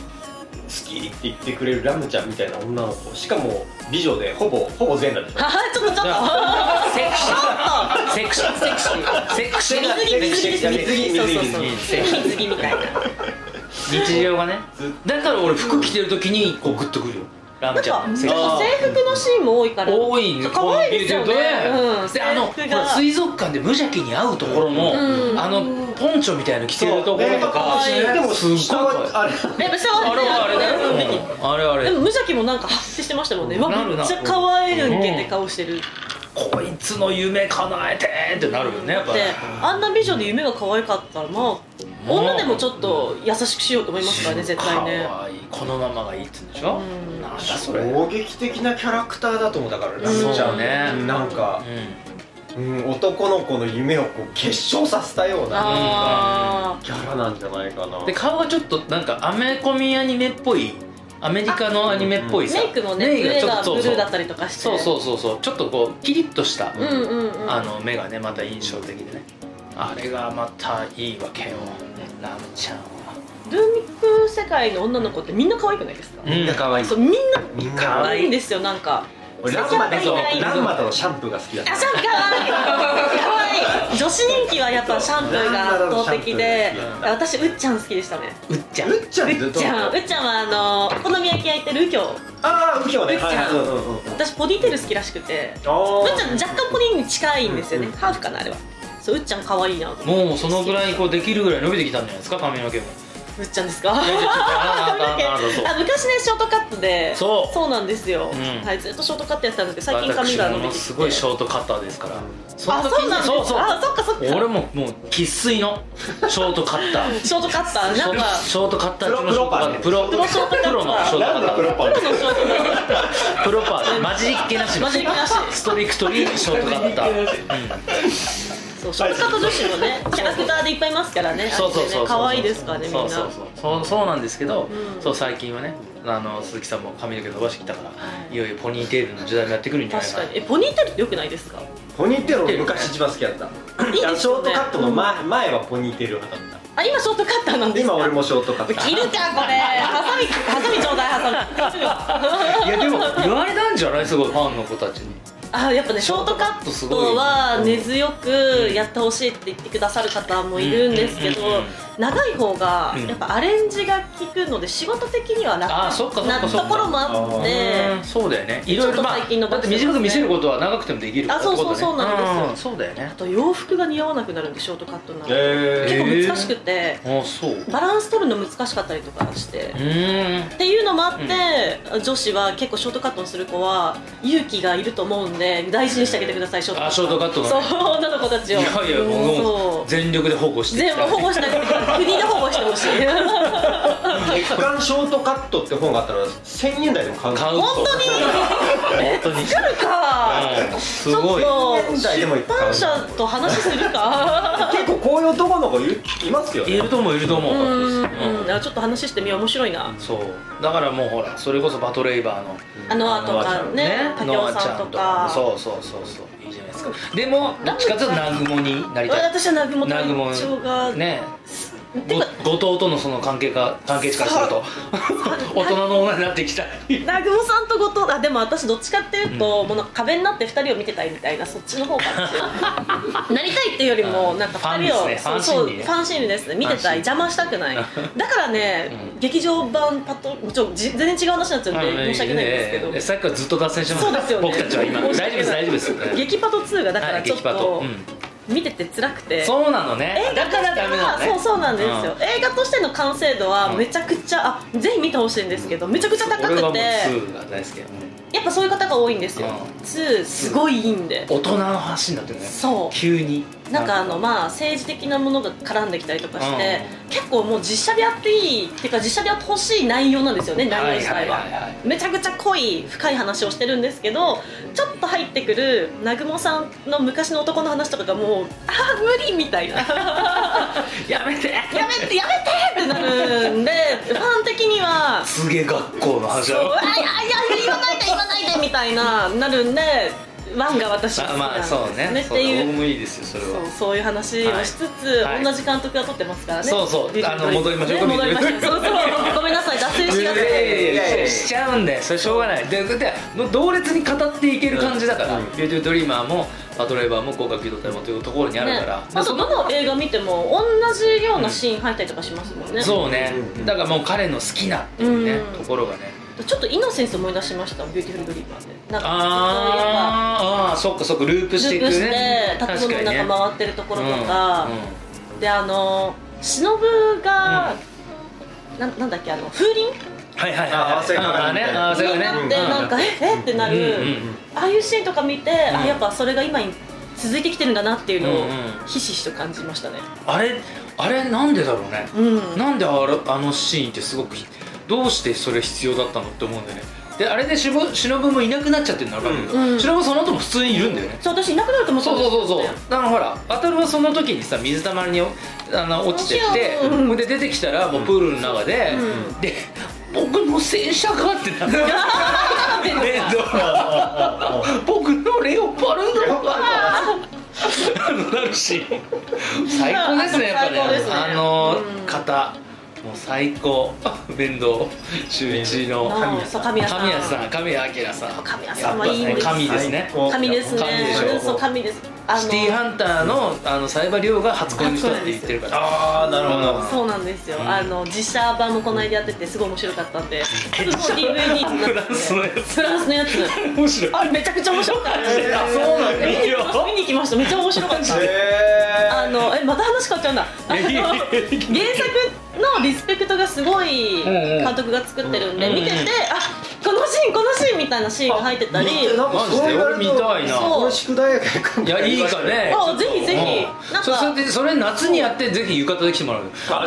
S1: 好きって言ってくれるラムちゃんみたいな女の子しかも美女でほぼほぼ全裸でし
S3: んははちょっとちょっと
S2: セクシーセクシーセクシーセクシーが
S1: 水着水着水着
S3: そうそうそう
S2: 水着
S3: 水着みたいな
S2: 日常がね
S1: ず
S2: だから俺服着てる時にこうグッとくるよラ
S3: な
S2: ム
S3: ん
S2: ちゃ
S3: か
S2: ん
S3: なん
S2: の
S3: か
S2: セ
S3: 制
S2: クシー
S3: 服のシーンも多いから
S2: 多いね
S3: 可愛いですよねうん
S2: であの
S3: 制服
S2: ほ
S3: が
S2: ら水族館で無邪気に会うところの、
S3: うん
S2: あのポンチョみたいなの着てるところとか、
S3: そうね可愛
S1: で
S3: い
S1: も
S2: すっごい
S1: 下はあれ
S3: やっぱシャワー
S2: あれはあれだよ、
S3: でね
S2: うんあれあ
S3: で
S2: れ
S3: も無邪気もなんか発生してましたもんねうわ
S2: なる
S3: め
S2: な
S3: っちゃ可愛いんけって顔してる
S2: こいつの夢叶えてってなるよねやっぱ
S3: であんな美女で夢が可愛かったらまあ女でもちょっと優しくしようと思いますからね絶対ね
S2: 可愛いこのままがいいっつうんでしょ、
S3: うん
S2: なんだそれ、
S1: 衝撃的なキャラクターだと思うだからラ
S3: そ
S1: ム
S3: う
S1: ちゃん
S2: ね
S1: なんか、うん、男の子の夢をこう結晶させたような
S3: あ
S1: キャラなんじゃないかな
S2: で顔がちょっとなんかアメコミアニメっぽいアメリカのアニメっぽい
S3: ー
S2: さ
S3: メイクもね
S2: メイ
S3: 上
S2: ク
S3: が
S2: がち
S3: ブ
S2: ょ
S3: ル
S2: っとそうそう
S3: ーだったりとかして
S2: そうそうそうそうちょっとこうキリッとした、
S3: うんうんうん
S2: あの目がねまた印象的でねあれがまたいいわけよラムちゃんは
S3: ルーミック世界の女の子ってみんな可愛くないですか、
S1: みんな可愛い
S3: そうみんな
S1: みんな
S3: 可
S1: 可愛い
S3: 愛いんですよなんか
S1: 俺ランマタ
S3: そう
S1: とランマタのシャンプーが好きだっ
S3: あ
S1: た
S3: シャンプー可愛い可愛い女子人気はやっぱシャンプーが圧倒的で
S1: うん
S3: 私うっちゃん好きでしたね
S2: うっちゃん
S1: うっちゃん
S3: うっちゃんうっちゃんはあのお好み焼き焼いてる右京
S1: ああ右京ね
S3: うっちゃん
S1: はいはいうんうんうん
S3: 私ポディテール好きらしくてう
S1: あ
S3: っちゃん若干ポディに近いんですよねハーフかなあれはそううっちゃん可愛いなと思って
S2: もうそのぐらいこうできるぐらい伸びてきたんじゃないですか髪の毛も
S3: うっちゃんですか
S2: いやいやあなたあなたあなたそう
S3: あ昔ねショートカットで
S2: そう
S3: なんですよ、
S2: うん
S3: はい、ずっとショートカットやってたんですけど最近髪が
S2: 私
S3: 伸び
S2: も
S3: てきて
S2: すごいショートカッターですからそ
S3: あそうなんです
S2: そうそう
S3: あそっかそっか
S2: 俺ももう生粋のショートカッター
S3: ショートカッターなんか
S2: ショートカッター中の
S1: プ
S2: ショ
S1: ロ
S2: ートカッター
S1: プ
S2: ロ
S3: プロショートカッター
S2: プロのショートカ
S1: なん
S2: ッタ
S1: だプロ
S2: ー
S1: パン
S3: プロのショートカッ
S2: プロパー混じりっ気なし
S3: ター
S2: の
S3: 混じりなし
S2: ストリクトリーショートカッター、
S3: そうショートカット女子もねキャラクターでいっぱいいますからね
S2: そうそうそうそう
S3: 可愛いですからねみんな
S2: そうそうそうそうそうなんですけど、
S3: うん
S2: そう最近はねあの鈴木さんも髪の毛伸ばしてきたから、
S3: い
S2: い、よいよポニーテールの時代もやってくるんじゃない
S3: 確
S2: か
S3: か
S2: な
S3: にえポニーテールってよくないですか
S1: ポニーテール俺昔一番好きだった
S3: いいですよ
S1: あ
S3: ね
S1: のショートカットの前前はポニーテール派だっ
S3: あ今ショートカッターなん
S1: た
S3: ですか
S1: 今俺もショートカット
S3: 着るかこれハサミハサミちょうだい ハサミ
S2: いやでも言われたんじゃないすごいファンの子たちに
S3: あやっぱねショートカットは根強くやってほしいって言ってくださる方もいるんですけど
S2: うんうんうんうん
S3: 長い方が
S2: うん
S3: やっぱアレンジが効くので仕事的には楽
S2: あーそっかそっ
S3: な
S2: かそ
S3: と
S2: っか
S3: ころもあって
S2: うんそうだよねいろいろ
S3: ちょっと
S2: まあ
S3: 最近の
S2: だって短く見せることは長くてもできるから
S3: あそうそう
S2: ってことね
S3: そうなんです
S2: うんそうだよね
S3: あと洋服が似合わなくなるんでショートカットになると
S1: えー
S3: 結構難しくて
S2: あそうう
S3: バランス取るの難しかったりとかして
S2: ーん
S3: っていうのもあって女子は結構ショートカットにする子は勇気がいると思うんで大事にしてあげてくださいショートカット
S2: あショートカットのね
S3: そう女の子た
S2: い
S3: ちを
S2: やいやも
S3: そう
S2: う全力で保護して
S3: 全部保護しなくて国で保護してほしい
S1: 月刊ショートカットって本があったら1000円台でも買う
S2: 買うと
S3: 本当に
S2: 本当 に
S3: 来るか
S2: うん すごい
S3: ちょっと
S1: 現代でもいっ
S3: 出
S1: ぱいあ
S3: 版
S1: る
S3: 社と話するか
S1: 結構こういう男の子いるいますよ
S2: い
S1: ね
S2: ると思ういると思う
S3: う
S2: うん
S3: んうんあちょっと話してみよう面白いな
S2: そうだからもうほらそれこそバトレイバーの
S3: あのあと
S1: ノアちゃ
S3: か
S1: ん
S3: ね竹
S2: ノ
S3: 雄
S2: アち
S3: さん
S2: ゃ
S3: と
S2: んと
S3: か
S2: そうそうそうそういいじゃないですかでもどっちかというと南雲になりたい
S3: 私は南雲
S2: 南雲
S3: 隊長が
S2: ね
S3: てか
S2: ご後藤とのその関係か関係値からすると大人の女になっていきたい
S3: 南雲さんと後藤あでも私どっちかっていうと、もうなんか壁になって2人を見てたいみたいなそっちの方かもしれ ないなりたいっていうよりもなんか2人を
S2: ファンですね
S3: そうそう
S2: ファン心理ね
S3: ファン心理ですね見てたい
S2: ファン心理
S3: 邪魔したくない だからね、
S2: うん
S3: 劇場版パトちょじ全然違う話になっちゃうんで申し訳ないんですけど、
S2: ええさっきからずっと脱線してます
S3: そうですよね
S2: 僕たちは今
S3: 申
S2: 大
S3: し
S2: 丈夫
S3: 訳
S2: です
S3: ない
S2: 大丈夫です
S3: 劇パト2がだか
S2: は
S3: ら
S2: い
S3: ちょっ
S2: 激
S3: と、
S2: パトうん
S3: 見てて辛くて
S2: そうなのね
S3: 映
S2: だ
S3: 画と
S2: か
S3: して
S2: らダメな
S3: は
S2: のね
S3: そうそうなんです
S2: うん
S3: よ、映画としての完成度は
S2: うん
S3: めちゃくちゃ、あぜひ見てほしいんですけどめちゃくちゃ高
S2: 俺は
S3: く
S2: もう
S3: て
S2: 2が大好きだよね
S3: やっぱそういう方が多いんですよ、
S2: う
S3: 2すごいいいんで
S2: 大人の話になってるね
S3: そ
S2: 急に
S3: うなんかあのまあ政治的なものが絡んできたりとかして、
S2: う
S3: 結構もう実写でやっていいっていうか実写でやってほしい内容なんですよね内容自体は,、
S2: いはいはい
S3: めちゃくちゃ濃い深い話をしてるんですけどちょっと入ってくる南雲さんの昔の男の話とかがもうあー無理みた いな
S2: やめて
S3: やめてやめてってなるんでファン的には
S2: すげえ学校の話
S3: そううわいやいや言わないで言わないでみたいななるんでワンが私は
S2: あ
S3: 好きなん
S2: ま
S3: で
S2: あ
S3: すよ
S2: そうね
S3: ねっ
S2: そう
S3: て
S2: だ
S3: いう
S2: 僕もいいですよそれ
S3: そ
S2: は
S3: うそういう話をしつつ、
S2: はい
S3: 同じ監督が撮ってますからね
S2: そうそう
S3: ビューティー
S2: あの戻りましょう
S3: ね戻りましょうそうそうごめんなさい脱線しがち
S2: いやいやいや
S1: いや
S2: しちゃうんでそれしょうがないでだって同列に語っていける感じだから
S1: うん
S2: 「ビューティードリーマー」も「パトレーバー」も「合格機動隊」もというところにあるから、
S3: ね、
S2: まあ
S3: あ
S2: そ
S3: と
S2: の
S3: どの映画見ても同じようなシーン入ったりとかしますもんね、
S2: そうね
S1: うん
S2: だからもう彼の好きなっていうね、
S3: うん
S2: ところがね
S3: ちょっとイノセンス思い出しましたビューティフルドリーマーでなんか
S2: あーあーそっかそっかループ
S3: ず
S2: し
S3: っと
S2: て
S3: ル
S2: い
S3: ー
S2: く
S3: プして
S2: ね
S3: 建物の
S2: ね
S3: 中回ってるところと
S2: う
S3: か、
S2: んうん
S3: であの忍が、ななんだっけあの風鈴
S2: はいはいはい
S1: あー合わせ
S2: あー
S1: 鏡
S2: ね
S1: みたいな
S2: 合わせ
S3: に
S2: 鏡ね
S3: なってなんか、ええってな
S2: うん
S3: る、
S2: うん
S3: ああいうシーンとか見て、
S2: ん
S3: あやっぱそれが今に続いてきてるんだなっていうの
S2: うんう
S3: を
S2: ん
S3: ひしひしと感じましたね
S2: あれあれなんでだろうね
S3: うん
S2: なんであれあのシーンってすごくどうしてそれ必要だったのって思うんだよねであれでしのぶ忍もいなくなっちゃってるの分かるけ
S3: うんう
S2: ど
S3: ん
S2: 忍もその後も普通にいるんだよね
S3: そう私いなくなると思った
S2: そう
S3: んです
S2: そ
S3: よ
S2: うそうそうだからほらバトルはその時にさ水たまりにあの落ちてって
S3: うん
S2: ほんで出てきたらもうプールの中で、
S3: う
S2: で僕の戦車かって なってえっと 僕のレオパルドがあのなるし最高ですねやっぱね
S3: 最高ですね
S2: あの
S3: うん
S2: 方もう最高面倒周一の
S3: あーそう神谷さん
S2: 神谷さん神谷明さん
S3: 神谷さんはいい
S2: やっぱね神です
S1: 最
S2: ね
S1: 高
S3: 神ですね
S2: 神でしょ
S3: そう神ですあの
S2: シティーハンターのあのサイバリオが初恋の人って言ってるから
S1: ああなるほど
S3: そうなんですよ、
S2: うん
S3: あの実写版もこの間やっててすごい面白かったんでそれも DVD になって
S2: フ
S3: て
S2: ランスのやつ
S3: フランスのやつ
S2: 面白い
S3: あれめちゃくちゃ面白かったです
S1: あそうなんだ
S3: 見に見に行きましためっちゃ面白かった
S1: え
S3: あのえまた話変わっちゃう んだあの
S2: いやいやいや
S3: 原作のリスペクトがすごい
S2: うんうん
S3: 監督が作ってるんで
S2: うんうん
S3: 見ててあこのシーンこのシーンみたいなシーンが入ってたり
S1: なんかそう言わ
S2: マ
S1: れると
S2: ジで俺見たいな
S1: そう宿題やから考え
S2: いやいい
S1: ました
S2: かね
S3: あぜひぜ
S2: う
S3: ひ
S2: ん
S3: なん
S2: そそれ
S3: か
S2: でそれ夏にやってぜひ浴衣で来てもらうよ
S1: あ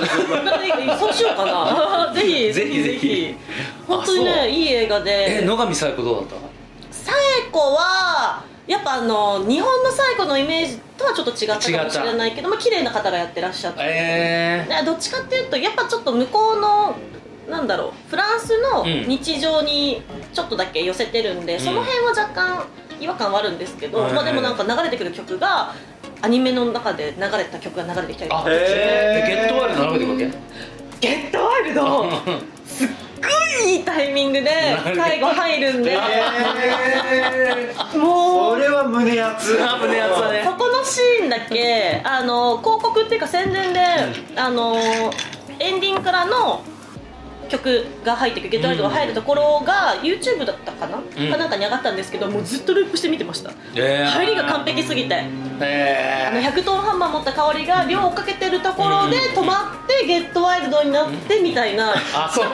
S3: そうしようかな ぜ ひ
S2: ぜひぜひ
S3: 本当に
S2: あそう
S3: ねいい映画
S2: え
S3: で
S2: 野上紗友子どうだっ
S3: サエコはやっぱあの日本のサエコのイメージとはちょっと違ったかもしれないけども綺麗な方がやってらっしゃって
S2: たえ
S3: ねどっちかっていうとやっぱちょっと向こうのなんだろうフランスの
S2: うん
S3: 日常にちょっとだけ寄せてるんで、
S2: ん
S3: その辺は若干違和感はあるんですけど、
S2: はいはい
S3: まあ、でもなんか流れてくる曲がアニメの中で流れてた曲が流れてきたりと
S2: あ
S3: か
S2: へ
S1: へー
S2: えゲットワイルド流れてくわけ
S3: 「ゲットワイルド」すっごいいいタイミングで
S2: る
S3: 最後入るんで
S1: えー
S3: も
S1: そうれは胸熱
S2: あ胸熱だね
S3: ここのシーンだけあの広告っていうか宣伝であのエンディングからの曲が入ってくるゲットライトが入るところが YouTube だったかな、
S2: ん
S3: かなんかに上がったんですけどもうずっとループして見てました
S2: えー
S3: 入りが完璧すぎてあの
S2: え
S3: 100トンハンマー持った香りが量をかけてるところで止まってゲットワイルドになってみたいな
S2: ーあそう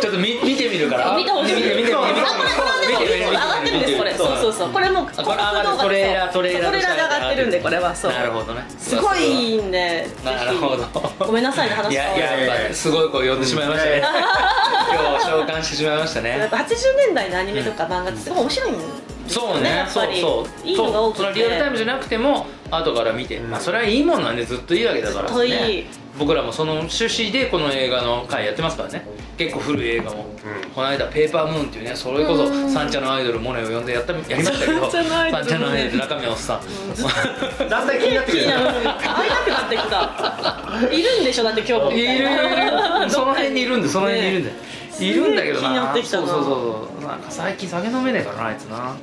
S2: ちょっと見見てみるから
S3: 見てほしい
S2: 見て見て見て
S3: あこれはでも
S2: 見て見て見て
S3: 上がってるんですこれそうそうそうこれもう広告動
S2: あ
S3: 画で
S2: トレーラー
S3: そ
S2: ト
S3: う
S2: レーラー
S3: トレーラーで上がってるんでこれはそう
S2: なるほどね
S3: すごいいいんで
S2: なるほど
S3: ごめんなさいね話
S2: い
S3: 変わ
S2: や
S3: る
S2: いややっぱすごい子呼んでしまいま したね今日召喚してしまいました
S3: やっ
S2: ね
S3: ぱ80年代のアニメとか漫画ってすごい面白いんですよね
S2: そうね
S3: やっ
S2: そ
S3: ぱ
S2: う
S3: り
S2: そう
S3: いいのが多くて
S2: そうそれはリアルタイムじゃなくても後から見て、
S1: うん
S2: まあ、それはいいもんなんでずっといいわけだからね
S3: ずっといい
S2: 僕らもその趣旨でこの映画の回やってますからね結構古い映画も、
S1: うん
S2: この間「ペーパームーン」っていうねそれこそ
S3: うん
S2: 三茶のアイドルモネを呼んでやったやりましたけど
S3: 三茶のアイドル
S2: 三茶のアイドル中身おっさん
S1: だんだん気になってく
S3: い
S1: る
S3: いな会いたくなってきたいるんでしょだって今日も
S2: い
S3: み
S2: る
S3: た
S2: いるい
S3: な
S2: るその辺にいるんでその辺にいるんで、
S3: ね
S2: いるんだけど
S3: すげえ気にな
S2: な
S3: ってきたな
S2: そうそうそうそうなんか最近酒飲めねえからなあいつな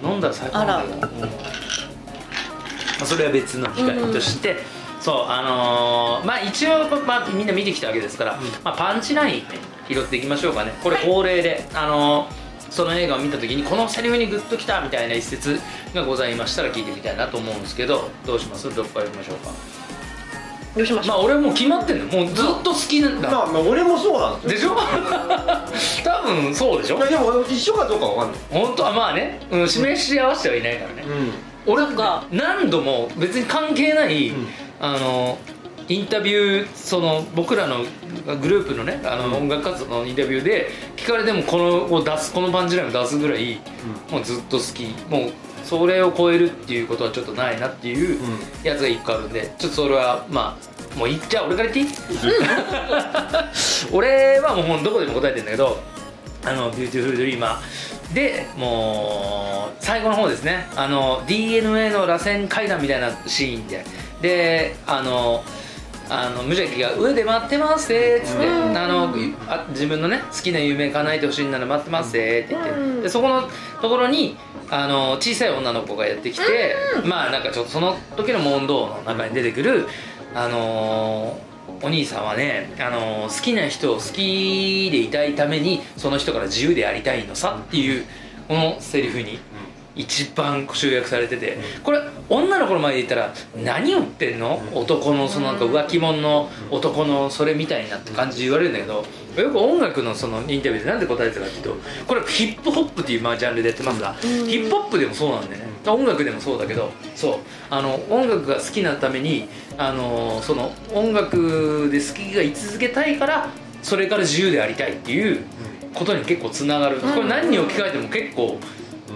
S2: 飲んだら最高なんだけどうんまあそれは別の機会として、そうあのーまあ一応、まあ、みんな見てきたわけですから、まあ、パンチラインね拾っていきましょうかねこれ恒例で、あのーその映画を見た時にこのセリフにグッときたみたいな一節がございましたら聞いてみたいなと思うんですけどどうしますどっから行きましょうか
S3: どうしましょ
S2: まあ俺はもう決まってんのよもうずっと好きなんだ、
S1: まあまあ俺もそうなんです
S2: でしょ 多分そうでし
S1: よ
S2: ょ
S1: いやでも一緒かどうかわかんない
S2: 本当はまあね、うん、示し合わせてはいないからね、俺
S3: そっか
S2: 何度も別に関係ない、
S1: うん
S2: あのインタビューその僕らのグループのねあの、
S1: うん
S2: 音楽活動のインタビューで聞かれてもこのを出すこのパンチラインを出すぐらいもうずっと好きもうそれを超えるっていうことはちょっとないなっていう
S1: うん
S2: やつが1個あるんでちょっとそれはまあもう言っちゃう俺から言っていい 俺はもうほんどこでも答えてんだけど「あのビューティフルドリーマーでもう最後の方ですねあの DNA の螺旋階段みたいなシーンでであのあの無邪気が「上で待ってますぜ」っつって
S3: うん
S2: あのあ自分のね好きな夢叶えてほしいなら待ってますぜって言って
S3: うん
S2: でそこのところにあの小さい女の子がやってきて、まあなんかちょっとその時の問答の中に出てくる、あのーお兄さんはね、あのー好きな人を好きでいたいためにその人から自由でありたいのさっていうこのセリフに一番集約されててこれ女の子の前で言ったら何言ってんの男のそのなんか浮気者の男のそれみたいなって感じで言われるんだけどよく音楽のそのインタビューでなんで答えてたかっていうとこれヒップホップっていうまあジャンルでやってますがヒ
S3: うん
S2: ップホップでもそうなんでね音楽でもそうだけどそうあの音楽が好きなためにあのその音楽で好きが居続けたいからそれから自由でありたいっていうことに結構つながるこれ何に置き換えても結構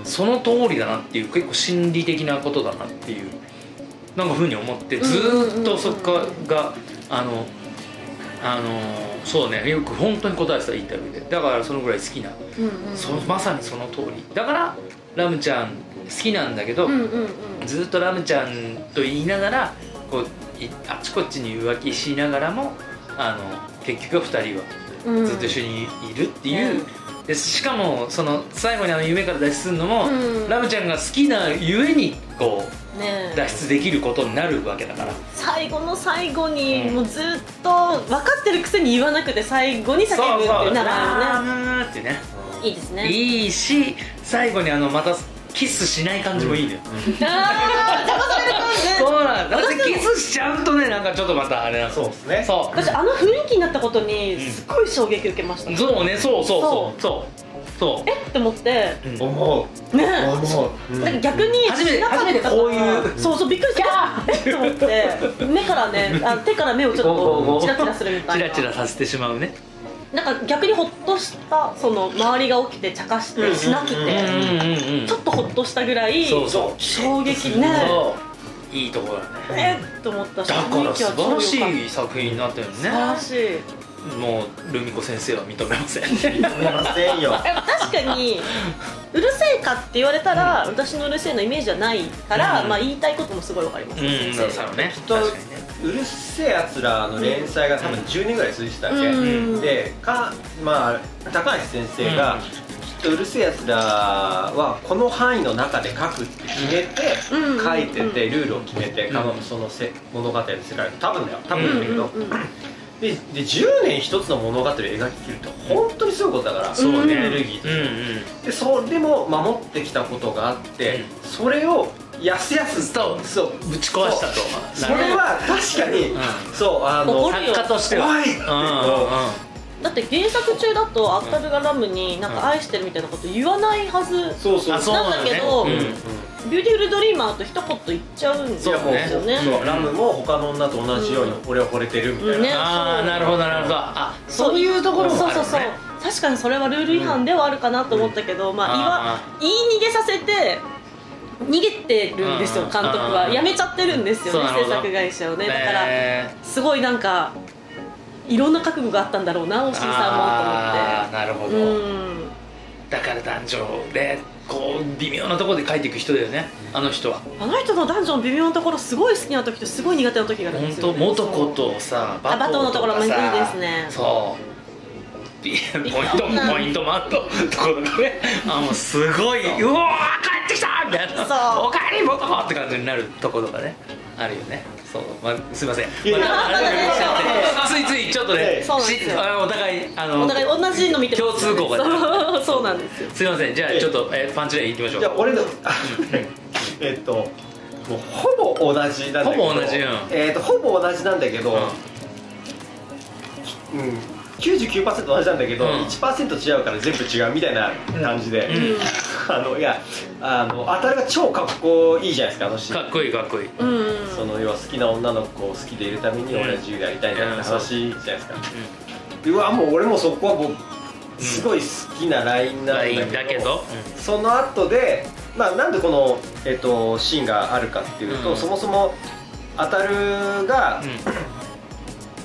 S2: その通りだなっていう結構心理的なことだなっていうなんかふうに思ってずーっとそこがあのあのーそうねよく本当に答えてたインタビューでだからそのぐらい好きな
S3: ううんうん
S2: そまさにその通りだからラムちゃん好きなんだけど、
S3: うんうんうん
S2: ずっとラムちゃんと言いながらこういあっちこっちに浮気しながらもあの結局は2人は
S3: うん
S2: ずっと一緒にいるっていう、
S3: う
S2: でしかもその最後にあの夢から脱出するのも、
S3: うん
S2: ラムちゃんが好きなゆえにこ
S3: ね
S2: う
S3: え
S2: 脱出できることになるわけだから
S3: 最後の最後
S2: う
S3: に
S2: ん
S3: もうずっと分かってるくせに言わなくて最後に叫ぶっていうならね
S2: あーってね
S3: いいですね
S2: いいし最後にあのまたキスしない感じもいいのよ、
S3: あー騙される感じね
S2: そう なんだだってキスしちゃうとねなんかちょっとまたあれなの
S1: そうですね
S2: そう
S3: 私あの雰囲気になったことに
S2: うん
S3: すごい衝撃受けました、
S2: そうねそうそうそうそうそう
S3: えっって思って
S2: うん
S1: 思
S3: ね
S1: う
S3: え
S1: 思う
S3: なんか逆に
S2: 初めて
S3: 中で
S2: 初めてこういう
S3: そうそうびっくりしたえっと思って目からねあ手から目をちょっとこうチラチラするみたい
S2: チ
S3: な
S2: ラチラさせてしまうね
S3: なんか逆にホッとしたその周りが起きて茶化してしなきて、
S1: う
S2: う
S1: ん
S2: んうんうん
S3: ちょっとホッとしたぐらい
S2: そうそう
S3: 衝撃ね
S2: そういいところだね
S3: えっと思ったし
S2: だから素晴ら
S3: 雰囲気
S2: しい作品になってるね
S3: は素晴らしい
S2: もうルミ子先生は認めません
S1: ういませんよ
S3: でも確かにうるせえかって言われたら、私のうるせえのイメージはないから、
S2: うん
S3: まあ言いたいこともすごいわかります、
S2: うん
S3: 先
S2: そう
S3: 生
S2: だろうね
S1: きっと
S2: 確かにね
S1: うるせえやつらの連載が多分10年ぐらい続いてたわけ、
S3: うん
S1: でかまあ高橋先生が、
S2: うん
S1: きっとうるせえやつらはこの範囲の中で書くって決めて
S3: うん
S1: 書いててルールを決めて、
S2: うん
S1: かのそのせ物語の世界多分だよ多
S3: う
S1: 分
S3: ん
S1: だけど、
S3: うんうん
S1: でで10年一つの物語を描ききるって本当にすごいことだから、
S3: そうね
S1: エネルギーって、
S2: う
S1: でそれも守ってきたことがあって、それをやすやす
S2: そう
S1: そうん
S2: うんぶち壊したと
S1: それは確かに、
S2: うん
S1: そうあの
S3: 怒る
S2: 作家としては
S1: 怖いって
S2: う
S3: だって原作中だとアクタルがラムになんか愛してるみたいなこと言わないはず、
S1: そうそ
S2: んうんうん
S1: う
S2: あそうなんだね
S3: なんだけど
S2: うん
S3: ビューティフルドリーマーと一言言っちゃうんです
S1: いや
S3: よ
S1: もう
S2: ね
S1: そう
S3: ね
S1: そうラムも他の女と同じように俺は惚れてるみたいな、
S3: うんね
S2: ああなるほどなるほどあそういうところも
S3: そう
S2: ある
S3: そう
S2: ね
S3: そう確かにそれはルール違反ではあるかなと思ったけど、まあ
S2: あ
S3: 言わ言い逃げさせて逃げてるんですよ
S2: うん
S3: 監督
S2: う
S3: は
S2: ん
S3: やめちゃってるんです
S2: そ
S3: よ
S2: う
S3: ね
S2: なる
S3: 制
S2: ほど
S3: 作会社をねだから
S2: ね
S3: すごいなんかいろんな覚悟があったんだろうなおしいさ
S2: あーなるほ
S3: んもと思って
S2: ど
S3: うん
S2: だから男女でこう微妙なところで書いていく人だよねあの人は
S3: あの人の男女の微妙なところすごい好きな時とすごい苦手な時があるんで
S2: 本
S3: す
S2: 当
S3: よ、ね、
S2: 元子とさ
S3: あ
S2: 馬頭
S3: 馬頭のところ
S2: かさ
S3: むずいですね
S2: そうビ
S3: 微
S2: ポイント
S3: 妙な
S2: もポイントもあったところがねあもうすごいうわー帰ってきたみたいな
S3: そう
S2: おかえり元子って感じになるところがねあるよねそう、まあ、すいません
S1: いやいや
S2: また
S3: まだね
S2: ついついちょっとね
S3: そうなんですよ
S2: しあのお互いあの
S3: お互い同じの見てます
S2: 共通項が
S3: そうそうなんですよ
S2: すいませんじゃあちょっと、えーパンチラインいきましょう
S1: じゃあ俺のあえっともうほぼ同じなんだけど
S2: ほぼ同じうん
S1: えっとほぼ同じなんだけど、うん99%同じなんだけど、
S2: うん
S1: 1%違うから全部違うみたいな感じで、
S2: うん
S1: あのいやあの当たるが超かっこいいじゃないですかあのシーン
S2: かっこいいかっこいい、
S3: うん
S1: その要は好きな女の子を好きでいるために
S2: うん
S1: 俺は自由でありたいなって話じゃないですか、
S2: う
S1: うわもう俺もそこはもうすごい好きなライン
S2: ん、
S1: な
S2: ラ
S1: ん
S2: インだけど、うん
S1: その後で、まあ、なんでこの、えっとシーンがあるかっていうと、
S2: うん
S1: そもそも当たるが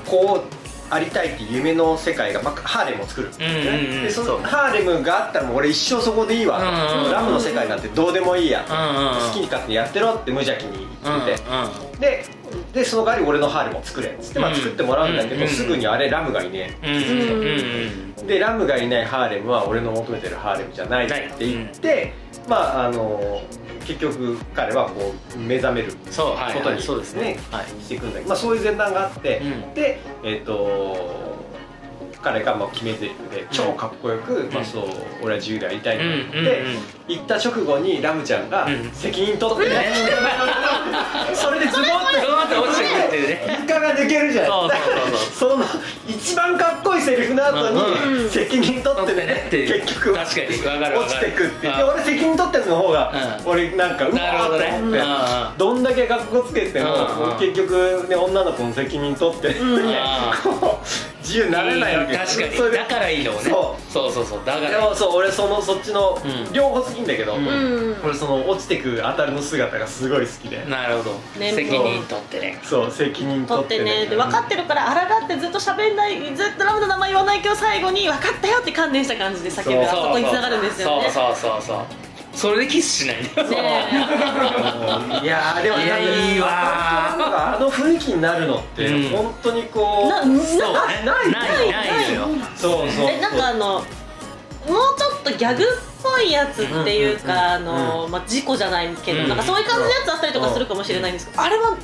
S1: こうありたいっていう夢の世界が、まあ、ハーレムを作る、
S2: うんうん
S1: でそ
S2: そ
S1: の
S2: う
S1: ハーレムがあったらもう俺一生そこでいいわ、
S2: うんうん
S1: ラムの世界なんてどうでもいいや、
S2: うんうん
S1: 好きに勝手にやってろって無邪気に
S2: うん
S1: 言ってて、
S2: う
S1: ででその代わり俺のハーレムを作れっつって、ま
S2: う
S1: あ、
S2: ん
S1: 作ってもらうんだけど、
S2: うん
S1: すぐにあれラムがいねえ
S2: んうんうんうん
S1: でラムがいないハーレムは俺の求めてるハーレムじゃない
S2: ない
S1: って言って、まああの結局彼はこう目覚める
S2: そうはい、
S1: こと
S2: は
S1: に
S2: い、そうですね
S1: ね
S2: はい
S1: していくんだけど、まあ、そういう前段があって、
S2: うん
S1: でえっ、と彼がまあ決め台詞で超かっこよく、まあ、そう俺は自由でありたいって言って、行った直後にラムちゃんが
S2: うん
S1: 責任取って、ね それでズボンって
S2: ズボンって落ちてくるっていうね
S1: 床が抜けるじゃん
S2: そう
S1: その一番かっこいいセリフの後
S2: うん
S3: う
S1: に
S3: ん
S1: 責任取っ
S2: 取
S1: てね
S2: ってねって
S1: 結局
S2: 確かにわかるわかる
S1: 落ちてくっていう
S2: うん
S1: で俺責任取ってるの方が
S2: うん
S1: 俺なんかうわ
S2: なるほどね
S1: ーって思って
S2: うん
S1: どんだけ格好つけても
S2: うん
S1: 結局ね女の子の責任取って
S3: うん
S1: こう自由になれないわけ
S2: 確かに
S1: それで
S2: だからいいのね
S1: そう
S2: そうそうそうだか
S1: で
S2: ら
S1: もそう俺そのそっちの
S2: うん
S1: 両方好きんだけど
S2: うん
S3: うん
S1: 俺その落ちてく当たるの姿がすごい好きで
S2: なるほど
S3: ね
S2: 責任取ってね
S1: そう責任取
S3: 取っ
S1: ってて
S3: ね
S1: ね
S3: で分かってるからあらだってずっと喋んないずっとラムの名前言わないけど最後に分かったよって観念した感じで叫ぶあ
S1: そう
S3: そこに繋がるんですよね
S2: そうそうそうそうそれでキスしないんだよ
S3: ね
S1: いやーでも
S2: いやいいわー
S1: なんかあの雰囲気になるのって
S2: うん
S1: 本当にこう、
S3: なな
S2: そうね
S1: ない
S2: ないないのよ
S1: そうそう
S3: えなんかあのもうちょっとギャグっぽいやつっていうか、
S1: んうん
S3: あの、まあ、事故じゃないけど、
S2: うん
S3: なんかそういう感じのやつあったりとかするかもしれないんですけど、あれは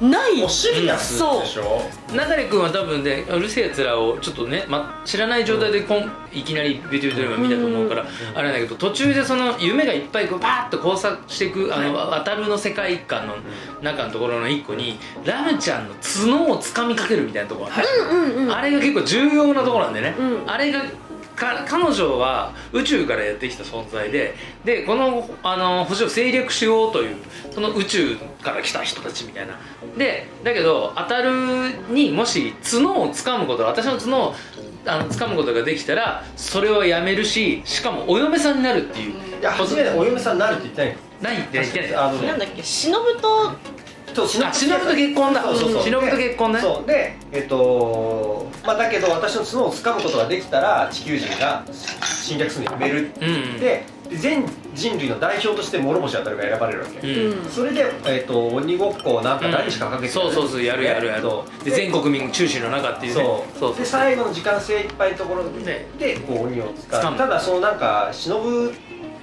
S3: ない
S1: もうシリアスでしょ、
S2: 中く君は多分ねうるせえやつらをちょっとね、ま、知らない状態でこんいきなりビデオドラマ見たと思うから、あれなんだけど途中でその夢がいっぱいこうバーッと交錯していくあの、渡るの世界観の中のところの一個にラムちゃんの角をつかみかけるみたいなところ、
S3: うんうん
S2: あれが結構重要なところなんでね、
S3: うん
S2: あれがか彼女は宇宙からやってきた存在ででこのあの星を制略しようというその宇宙から来た人たちみたいなでだけど当たるにもし角を掴むこと私の角をあの掴むことができたらそれはやめるししかもお嫁さんになるっていう
S1: いや初めてお嫁さんになるって言ってない
S2: ないって言ってんだよ
S1: あの
S3: なん
S1: ね
S3: だっけ忍と
S1: と忍
S2: あ忍と結婚だ
S1: そうそうそう
S2: 忍と結婚ね
S1: そうでえっとまあだけど私の角を掴むことができたら地球人が侵略するのやめるって
S2: うん
S1: 言って、で全人類の代表として諸星当たるが選ばれるわけ、
S2: うん、
S3: うん
S1: それで、えっと鬼ごっこをなんか何日かかけて
S2: そうそうそうやるやるやる
S1: そう
S2: で全国民中止の中っていうね
S1: そう
S2: そうそう
S1: で最後の時間精いっぱいのところ
S2: ね
S1: ででこう鬼を
S2: 掴
S1: 使
S2: む
S1: うただそのなんか忍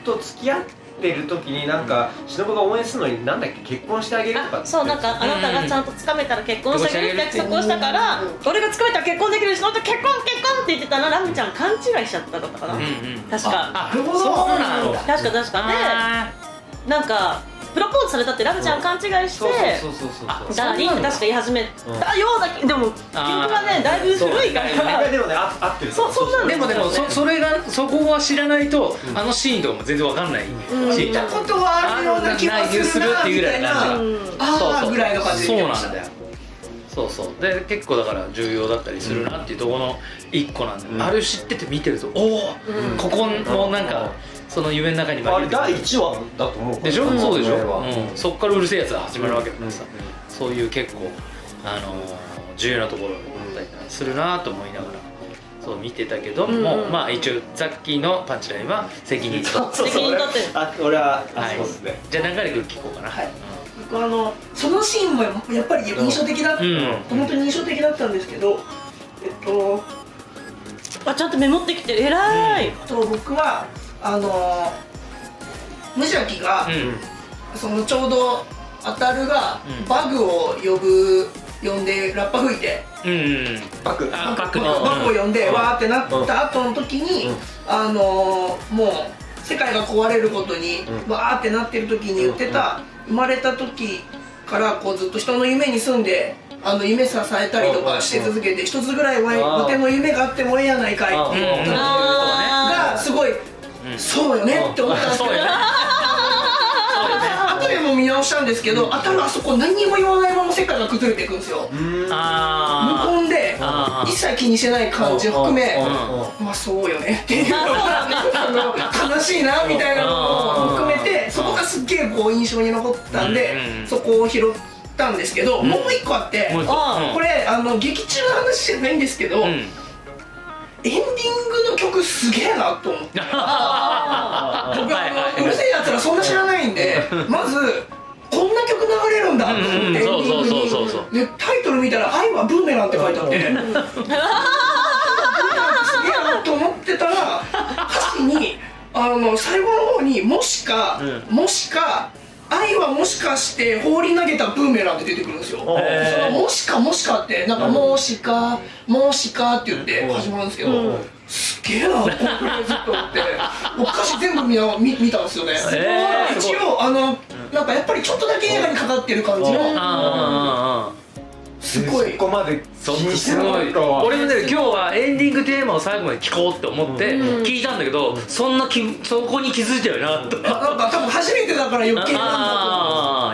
S1: と付き合ってる時になんか忍が応援するのになんだっけ結婚してあげるとか
S3: あそうなんかあなたがちゃんと掴めたら結婚してあげるって約束をしたから、俺が掴めたら結婚できる忍と結婚結婚って言ってたらラムちゃん勘違いしちゃっただったかな、
S2: うんうん
S3: 確か
S2: あそうなんだ
S3: 確か確かで、
S2: あ
S3: なんかプロポーズされたってラムちゃん勘違いして
S1: そうそうそうそう
S2: あ
S1: そう
S3: ダーリンって確か言い始めたようだけどでも記憶がねだいぶ古いか
S2: そうだよ
S1: いや
S3: ら
S1: でもねあ合ってる
S3: そうそうな
S2: ー
S3: んで
S2: ですもでもそそれがそこは知らないと、あのシーンとかも全然わかんないし、
S3: うん
S4: 見たことはあるような気がするな
S2: あー
S4: みたいな
S2: な
S4: あ
S2: い
S4: あーぐらいの感じで
S2: そう
S4: 見てま
S2: な
S4: した
S2: んだよそうそうで結構だから重要だったりするなっていうところの一個なんで、
S1: うん
S2: あれ知ってて見てるとおお、
S3: うん
S2: ここのなんか、その夢の中に紛
S1: あれ
S2: れてくる
S1: 第1話だと思うから
S2: でしょ、そうでしょ、
S1: これは
S2: うん、そっからうるせえやつが始まるわけだからさ、
S1: うん
S2: そういう結構、あのー重要なところだったりするなと思いながらそう見てたけども、
S3: うんうん
S2: まあ一応ザッキーのパンチラインは責任と、
S1: そうそうそう
S3: 責任
S1: 俺
S3: 取ってる
S1: あ俺はあ
S2: はい
S1: そうですね
S2: じゃあ流れくん聞こうかな、
S4: はい
S2: うん
S4: 僕あのそのシーンもやっぱり印象的だった、
S2: うん
S4: 本当に印象的だったんですけどえっと
S3: あちゃんとメモってきてる偉い
S4: あと僕はあの無邪気が、
S2: うん
S4: そのちょうど当たるが、
S2: うん
S4: バグを呼ぶ呼んでラッパ吹いて
S2: うんうん
S1: バク
S2: あバグね
S4: バグを呼んで、
S1: うん
S4: わーってなった後の時に、
S1: うん
S4: あのーもう世界が壊れることに、
S1: うん
S4: わーってなってる時に言ってた、生まれた時からこうずっと人の夢に住んであの夢支えたりとかして続けて一つぐらいわい
S1: あー
S4: わての夢があってもええやないかいって
S2: ん
S4: 言ったのがすごい、
S2: うん
S4: そうよねって思ったんです
S2: そ
S4: け
S2: う
S4: ど
S2: よね
S4: 後でも見直したんですけど、当たるあそこ何にも言わないまま世界が崩れていくんですよ無
S2: あ
S4: 根で
S2: あー
S4: 一切気にしてない感じ含め
S2: うん
S4: まあそうよねっていうのがあの悲しいなみたいなのも含めてそこがすっげえこう印象に残ったんで
S2: うんうん
S4: そこを拾ったんですけどもう一個あって
S2: あもう一個
S3: あ
S4: これあの劇中の話じゃないんですけど
S2: うんう
S4: エン
S2: ん
S4: ディングの曲すげえなと思っ て。
S2: あ
S4: 僕
S2: はいは
S4: あ
S2: い
S4: のうるせえやつらそんな知らないんでまずこんな曲流れるんだと思
S2: うんうん
S4: ってエンデ
S2: そうそうそうそう
S4: ィングにでタイトル見たら「愛はブーメラン」って書いてあってブーメランってすげえなと思ってたら歌詞にあの最後の方に「もしか、
S2: う
S4: もしか愛はもしかして放り投げたブーメラン」って出てくるんですよ。
S1: へ
S4: そのもしかもしかってなんか「もしかもしか」って言って始まるんですけど、
S1: うん
S4: すげえなこのフレーズと思ってお菓子全部見な 見見たんですよね、
S2: えー
S4: 一応あのなんかやっぱりちょっとだけ映画にかかってる感じ
S2: あ
S4: の
S2: あ
S4: すごい
S1: そこまで気
S2: そう
S1: にして
S2: す
S1: な
S2: ご
S1: か
S2: い
S1: ったわ
S2: 俺もね今日はエンディングテーマを最後まで聞こうって思って聞いたんだけど、そんなきそこに気づいたよなと、あ
S4: なんか多分初めてだから余計なんだ
S2: あ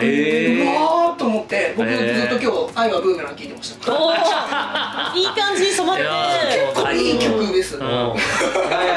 S4: と思う
S2: え
S4: う
S2: え
S4: わーと思って僕
S2: へ
S4: ず
S2: ー
S4: っと今日「愛はブーメラン」聞いてました
S3: おーいい感じに染まってる
S2: いや
S4: 結構いい曲です、
S1: いやい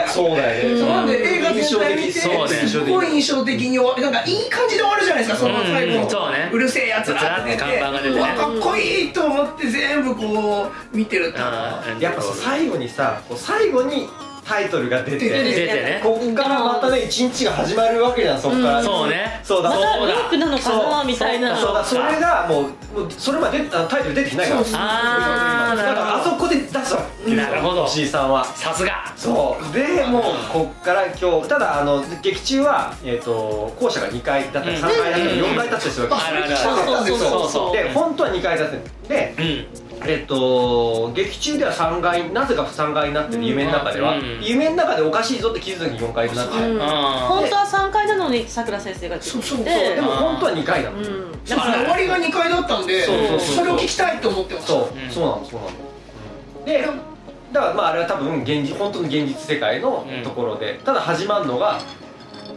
S1: やそうだよね
S4: なんで映画全体見て
S2: そうね
S4: すごい印象的に終わってなんかいい感じで終わるじゃないですかその最後
S2: うんうんそうね
S4: うるせえやつらって出
S2: ず
S4: て
S2: らって看板が出て
S4: う
S2: ね
S4: わかっこいいと思って全部こう見てるっていうのは
S1: やっぱさ最後にさこう最後にタイトルが出
S2: 出
S4: 出
S1: て
S2: てね
S1: ここからまたね一日が始まるわけじゃんそこから、
S3: うん
S2: そうね
S1: そうだ
S3: ま
S1: そう
S3: たロックなのかなみたいな
S1: そうだそれがもうもうそれまであのタイトル出てきないから
S4: そう
S2: ああ
S1: だ
S2: な
S1: からあ
S2: る
S1: そ
S2: ほど
S1: こで出すわけ
S2: なるほど
S1: C さんは
S2: さすが
S1: そうでもうこっから今日ただあの劇中は、えー、と校舎が2階だったり3階だったり
S2: うん
S1: 4階だったりするわ
S2: あ
S1: け、
S2: るある
S4: そう
S2: あ
S4: なんですよ
S2: そうそう
S1: で本当は2階だったで
S2: るうん
S1: えっと劇中では3階なぜか3階になってる夢の中では、
S2: うん
S1: 夢の中でおかしいぞって気づいた時に4階になってて、
S3: うん
S2: あ
S3: 本当は3階なのにさくら先生がって
S4: そう
S3: き
S4: そうそう
S3: て
S1: でも本当は2階だもん、
S3: うん
S4: だから終わりが2階だったんで
S1: そう
S2: そうそう
S4: それを聞きたいと思ってました
S1: そう、
S2: うん
S1: そうなのそうなの、でだからまああれは多分現実本当の現実世界の
S2: うん
S1: ところで、ただ始まるのが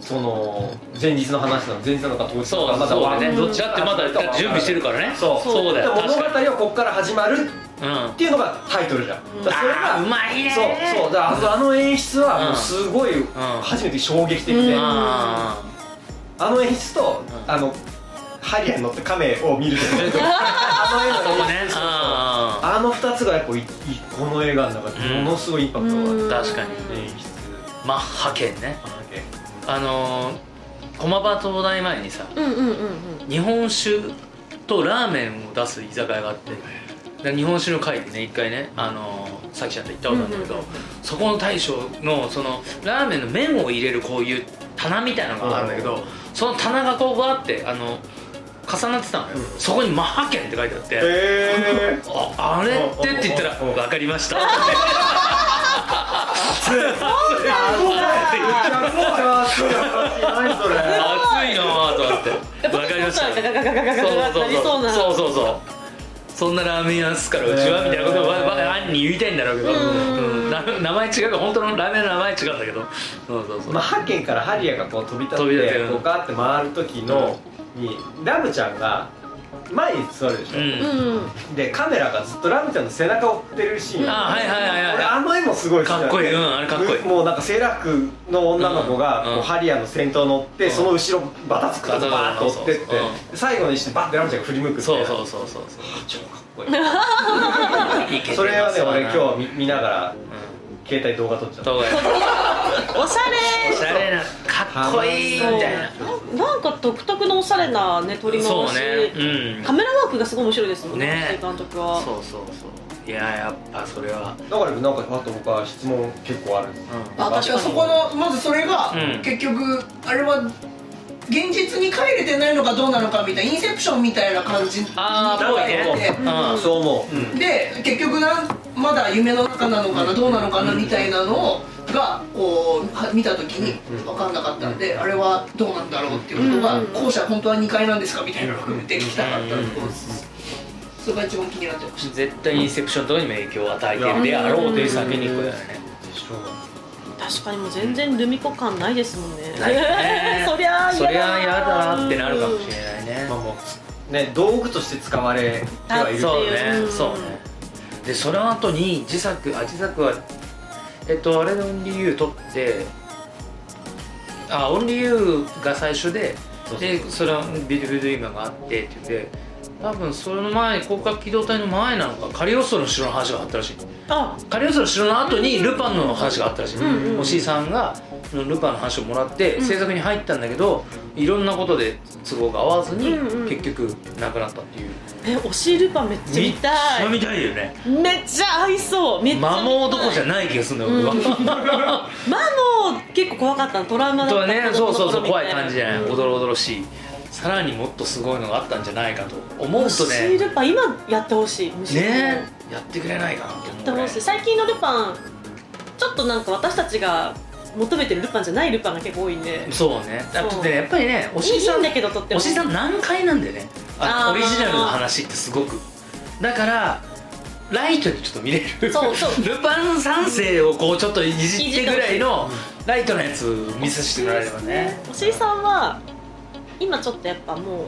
S1: その前日の話なの前日なのか当日なの
S2: そ
S1: か
S2: う
S1: まだ
S2: そう
S1: わか
S2: だ
S1: んない
S2: ねどっちだってまだ準備してるからね
S1: そう
S2: そうだ
S1: で
S2: よ
S1: 物
S2: 確
S1: 語
S2: かに
S1: はここから始まる
S2: うん
S1: っていうのがタイトルじゃん、だからそれ
S2: あ
S1: が
S2: ーうまいね
S1: そうそうだからあのあの演出はもうすごい初めて衝撃的で、
S3: うん
S2: あ
S1: あの演出と、
S2: うん
S1: あのハリアに乗って亀を見ると
S2: ー
S1: あ
S2: そ
S1: の映
S2: こ
S1: 画の
S2: ねあ
S1: あの2つがやっぱいいこの映画の中でものすごいインパクトがあって、
S3: うん
S2: 確かに
S1: 演出
S2: ーマッハ県ね
S1: あのね
S2: あのー駒場東大前にさ
S3: うんうんうん
S2: 日本酒とラーメンを出す居酒屋があってで日本酒の会でね一回ねあのーさきちゃんと行ったことあるんだけど、
S3: うんうん
S2: そこの大将のそのラーメンの麺を入れるこういう棚みたいなのがあるんだけど、その棚がこうわーってあの重なってたのよ、
S1: うん
S2: そこに「マッハ県」って書いてあって、
S1: えー
S2: ああれってって言ったら
S1: うんう
S2: 「
S1: ん
S2: 分かりました」 熱い
S1: 何それ
S2: なぁと思って
S3: やっぱ
S2: 分かりました
S3: ガガガガガガガガガってなりそうな
S2: そうそうそうそうそうそうそんなラーメン屋っすからうちはみたいなことをわわ兄に言いたいんだろうけど、
S3: うん
S2: うんな名前違うから本当のラーメンの名前違うんだけどそうそうそう、
S1: まあ、ハケンからハリアがこう飛び立っ
S2: 飛び立って
S1: て
S2: る
S1: こうガーって回る時のにラムちゃんが前に座るでしょ、
S2: うん、
S3: うん
S1: でカメラがずっとラムちゃんの背中を追ってるシーン
S2: あはいはいはいはい
S1: 俺あの絵もすごい好きなんだよ
S2: かっこいいうんあれかっこいい
S1: もうなんかセーラー服の女の子が
S2: うんうん
S1: こうハリアの先頭乗って
S2: うん
S1: その後ろバタつくとこバーッと追ってって
S2: バタつくとこ
S1: で最後にしてバッてラムちゃんが振り向くって
S2: そうそうそうそう
S1: 超かっこい
S2: いけて ます
S1: いそれはね
S2: わな
S1: 俺今日見見ながら
S2: う
S1: 携帯動画撮っちゃ
S2: ん
S1: った
S2: 動画や
S3: おしゃ
S2: おし
S3: れ
S2: ゃれなかっこいいみたいな
S3: ななんか独特のおしゃれなね撮り回し
S2: そうねうん
S3: カメラワークがすごい面白いですもんね
S2: ね
S3: 監督
S2: そ
S3: は
S2: うそうそういややっぱそれは
S1: だからなんかあと僕は質問結構あるんです
S2: うん
S4: あ確かにそこのまずそれが
S2: うん
S4: 結局あれは現実に帰れてないのかどうなのかみたいなインセプションみたいな感じに
S2: あー
S4: な
S2: ぽ
S4: っ
S2: い
S4: て
S2: ねうん
S1: そう思う、
S4: で結局なんまだ夢の中なのかなどうなのかなみたいなのをがこうは見た時に
S1: うん
S4: 分かんなかったんであれはどうなんだろうっていうことが
S3: うん
S4: 校舎本当は2階なんですかみたいなのを含めて聞きたかったのとそれが一番気になってまし
S2: 絶対インセプションとかにも影響を与えてるであろうという先に行くだよね
S3: 確かにもう全然ルミ子感ないですもんね
S2: ないね
S3: そりゃあ
S2: そり
S3: 嫌だ
S2: ゃ嫌だなってなるかもしれないね
S1: まあもうね道具として使われてはいるけど
S2: そう
S3: う
S2: ね
S3: ん
S2: そうねでその後に自作あ自作はえっとあれのオンリーユー取ってあオンリーユーが最初で
S1: そうそう
S2: でそれはビルビルドイマがあってって言って多分その前広角機動隊の前なのかカリオストロの城の話があったらしい
S3: あ
S2: カリオストロの城の後にルパンの話があったらしい、
S3: んうん
S2: おしいさんがルパンの話をもらって
S3: うん
S2: 制作に入ったんだけど、いろんなことで都合が合わずに
S3: うんうん
S2: 結局なくなったっていう、
S3: えおしルパンめっちゃ見たい
S2: 見たいよね
S3: めっちゃ合いそうめっちゃ見たい
S2: 摩耗どころじゃない気がするんだよ俺は、
S3: まあもう結構怖かったのトラウマ
S2: あ
S3: だ
S2: と
S3: っ
S2: は
S3: た
S2: ね そうそうそう怖い感じじゃない、
S3: うん
S2: おどろおどろしいさらにもっとすごいのがあったんじゃないかと思う
S3: お
S2: と
S3: し
S2: ねね
S3: ルパン今やってほしいむしろ
S2: やってくれないかなと思う
S3: やってほしい最近のルパンちょっとなんか私たちが求めてるルパンじゃないルパンが結構多いんで
S2: そうねだって
S3: そう
S2: ねやっぱりねおし
S3: い
S2: り
S3: い
S2: さ
S3: ん
S2: ん
S3: だけどとっても
S2: おしりさん難解なんだよねあ
S3: あー
S2: オリジナルの話ってすごくだからライトにちょっと見れる
S3: そうそう
S2: ルパン三世をこうちょっといじってぐらいのライトなやつ見させてもらえればね
S3: おしりさんは今ちょっとやっぱも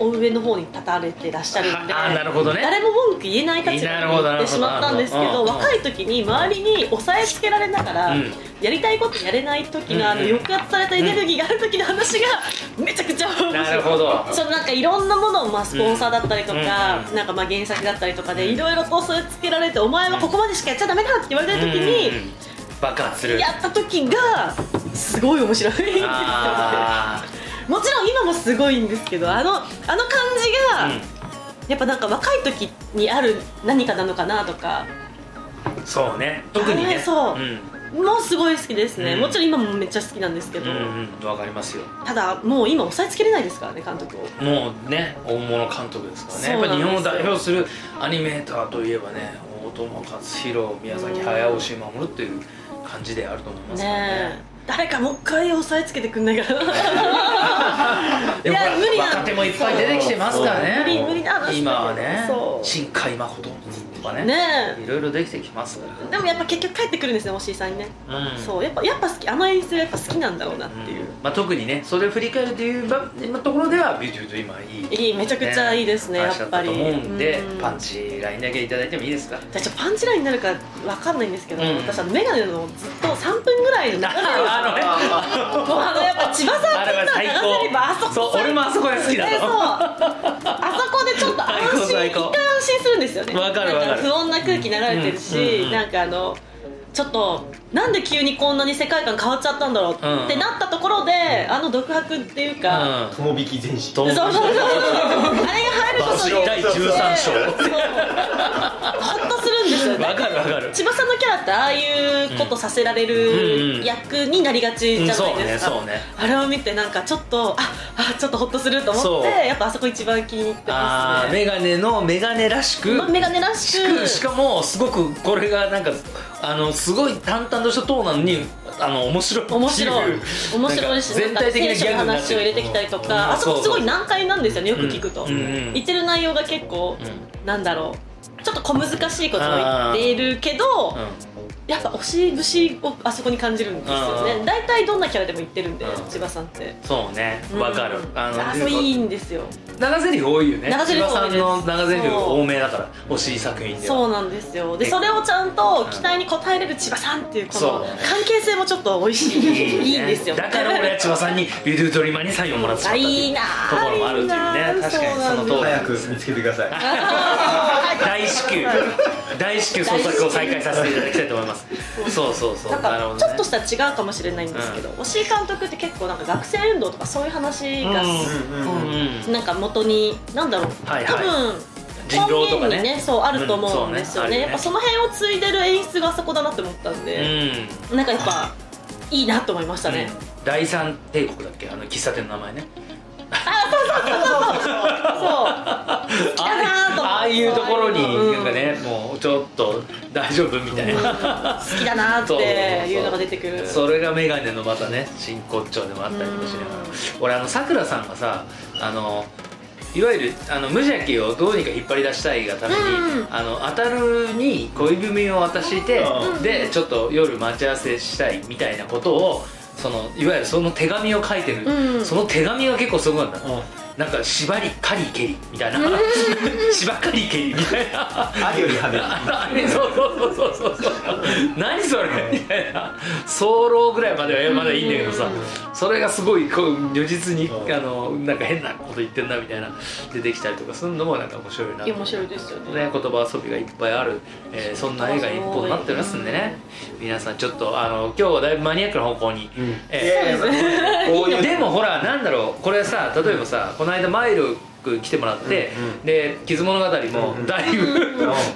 S3: う、お上の方に立たれてらっしゃるんで
S2: ああなるほどね
S3: 誰も文句言えない立場
S2: なるほ
S3: に
S2: ど
S3: な
S2: な
S3: っ
S2: る
S3: て
S2: ほど
S3: しまったんですけ
S2: なるほ
S3: ど
S2: ど
S3: 若い時に周りに押さえつけられながら、
S2: うん
S3: やりたいことやれない時のあの
S2: うんうん
S3: 抑圧されたエネルギーがある時の話がめちゃくちゃ面白い
S2: なるほど
S3: そのなんかいろんなものをまあスポンサーだったりとか、
S2: うんうん
S3: なんかまあ原作だったりとかでいろいろこうそれつけられてお前はここまでしかやっちゃダメだって言われた時
S2: うんうんう
S3: に
S2: ん爆発する
S3: やった時がすごい面白いんですよ
S2: あ
S3: もちろん今もすごいんですけどあのあの感じが、
S2: ー
S3: やっぱなんか若い時にある何かなのかなとか
S2: うんそうね特に
S3: あれ
S2: ね
S3: そう
S2: うん
S3: もうすごい好きですね、
S2: うん
S3: もちろん今もめっちゃ好きなんですけ
S2: う
S3: ど、
S2: んうんわかりますよ
S3: ただもう今抑えつけれないですからね監督を
S2: もうね大物監督ですからね
S3: そう
S2: や
S3: な
S2: っぱ
S3: んです
S2: 日本を代表するアニメーターといえばね大友克洋宮崎駿押井守という感じであると思いますから
S3: ねえ
S2: ね
S3: 誰かもう一回抑えつけてくんないかな
S2: でもほら
S3: いや無理な
S2: 若手もいっぱい出てきてますからね
S3: 無理無理な話
S2: 今はね
S3: そう
S2: 新海誠とかね
S3: ね
S2: いろいろできてきますか
S3: えでもやっぱ結局帰ってくるんですねおしいさんにね、
S2: ら、うん
S3: そうやっぱやっぱ好きあの演出がやっぱ好きなんだろうなっていう、
S2: まあ、特にねそれを振り返るというば今ところではビューティーと今いい
S3: いいめちゃくちゃいいですね
S2: 話だたと思うんで
S3: やっぱりうん
S2: パンチラインだけいただいてもいい ですか
S3: じゃあちょっとパンチラインになるかわかんないんですけど、
S2: うん
S3: 私あのメガネのずっと3分ぐらいの流れを
S2: あ
S3: もうあのやっぱ千葉さん
S2: あれは
S3: って
S2: 最
S3: 流
S2: 高
S3: せればあそこ
S2: そう俺もあそこが好きだ
S3: ねそう
S2: と
S3: あそこでちょっと安
S2: 最
S3: 心一
S2: 高最高
S3: 回安心するんですよね
S2: わかる
S3: なん
S2: わかる
S3: 不穏な空気流れてるし、
S2: うんうん
S3: なんかあのちょっとなんで急にこんなに世界観変わっちゃったんだろうって
S2: うん
S3: なったところで、あの独白っていうか、
S2: の
S1: 雲引き全史
S2: うん
S3: そうそうそうそうあれが入ることによって
S2: 第13章
S3: そうホッとするんですよね
S2: わかるわかる
S3: 千葉さんのキャラってああいうことさせられ
S2: うん
S3: る
S2: うん
S3: 役になりがちじゃないですか、
S2: うんそうねそうね
S3: あれを見てなんかちょっとああちょっとホッとすると思っ
S2: そう
S3: てやっぱあそこ一番気に入って
S2: あ
S3: ま
S2: あ
S3: すね
S2: メガネのメガネらしく
S3: まメガネらしく
S2: しかもすごくこれがなんかあのすごい淡々としたトーンなのにあの面白いっていう
S3: 面白い面白いし
S2: なんか全体的なギャグに
S3: なん
S2: な
S3: か
S2: って
S3: 聖
S2: る
S3: 書の話を入れてきたりと
S2: うん
S3: かあそこすごい難解なんですよねよく聞くと、
S2: うんうん
S3: 言ってる内容が結構、なんだろうちょっと小難しいことを言っているけ
S2: う
S3: ど
S2: んうん
S3: やっぱ押し節をあそこに感じるんですよ
S2: う
S3: ね
S2: ん
S3: 大体どんなキャラでも言ってるんで
S2: うん
S3: 千葉さんって
S2: そうねわかる、
S3: うんあそういいんですよ
S2: 長ゼリフ多いよね
S3: 長ゼリフ多
S2: 千葉
S3: いです
S2: さんの長ゼリフ多めだから惜しい作品では
S3: そうなんですよでそれをちゃんと期待に応えれる千葉さんっていうこの
S2: そう
S3: 関係性もちょっと美味しいいいんですよ
S2: だから俺は 千葉さんにビルドゥドリマにサインをもらってしまったって
S3: あい
S2: い
S3: いうなあ
S2: ところもあるっていうね
S3: いいなあ
S2: 確かにその通り
S1: 早く見つけてください
S2: 大至急大至急捜索を再開させていただきたいと思いますそうそうそう
S3: なん
S2: なるほ
S3: か
S2: ど
S3: ちょっ
S2: ね
S3: としたら違うかもしれないんですけど押井監督って結構なんか学生運動とかそういう話が
S1: うんうんうん
S2: うん
S3: なんか元になんだろう
S2: はいはい
S3: 多分
S2: 人狼と
S3: 根
S2: か
S3: 源に
S2: ね
S3: ねそうあると思うんですよ
S2: うんそうねある
S3: ね
S2: ね
S3: やっぱその辺を継いでる演出があそこだなって思ったん
S2: う
S3: で
S2: ん
S3: なんかやっぱいいなと思いましたね
S2: う第三帝国だっけあの喫茶店の名前ね あ
S3: そうなーと思って
S2: ああいうところに
S3: うん
S2: なんかね、もうちょっと大丈夫みたいな、
S3: 好きだなーっていうのが出てくる
S2: それがメガネのまたね真骨頂でもあったりとかしながら
S3: うん
S2: 俺あのさくらさんがさあのいわゆるあの無邪気をどうにか引っ張り出したいがために、
S3: うん
S2: あの当たるに恋文を渡して、
S1: うん
S2: でちょっと夜待ち合わせしたいみたいなことをそのいわゆるその手紙を書いてる、
S3: うん
S2: その手紙が結構すごかった、
S1: うん
S2: なんか縛りカリケリみたいな縛カリケリみたいな
S1: ありより派手
S2: あれそうそうそうそうそう何それみたいな早漏ぐらいまではまだいいんだけどさそれがすごいこう如実に
S1: うん
S2: あのなんか変なこと言ってんなみたいな出てきたりとかするのもなんか面白いなと
S3: いや面白いですよね
S2: ね、言葉遊びがいっぱいある、えーそんな映画一本になってますんでね皆さんちょっとあの今日はだいぶマニアックな方向に、
S1: うん
S2: えー
S1: いやいやこういう
S2: でもほらなんだろうこれさ例えばさこの間マイルク来てもらって、
S1: うんうん
S2: で「傷物語」も
S1: うんうん
S2: だいぶ、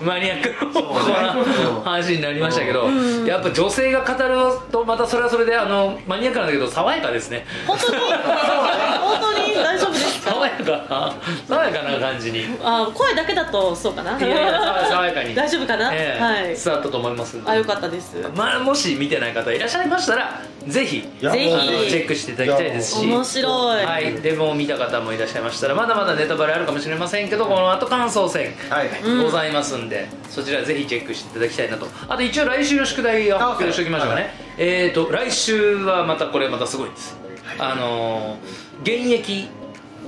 S2: マニアックな方向な
S1: そうね
S2: 話になりましたけど、
S3: うん
S2: やっぱ女性が語るとまたそれはそれであのマニアックなんだけど爽やかですね
S3: 本当に本当に大丈夫ですか
S2: 爽やか爽やかな感じに。
S3: あ声だけだとそうかない
S2: やいや爽やかに
S3: 大丈夫かな、
S2: ええ
S3: はい
S2: 伝わったと思いますんで
S3: あよかったです
S2: まあ、もし見てない方いらっしゃいましたらぜひ
S1: いや
S3: ぜひ
S2: あのチェックしていただきたいですし
S3: 面白い、
S2: はい、デモを見た方もいらっしゃいましたらまだまだネタバレあるかもしれませんけどこの後感想戦
S1: はい
S3: うん
S2: ございますんで、そちらぜひチェックしていただきたいなとあと一応来週の宿題を発表しておきましょうかね、
S1: は
S2: えーと来週はまたこれまたすごいんですあのー現役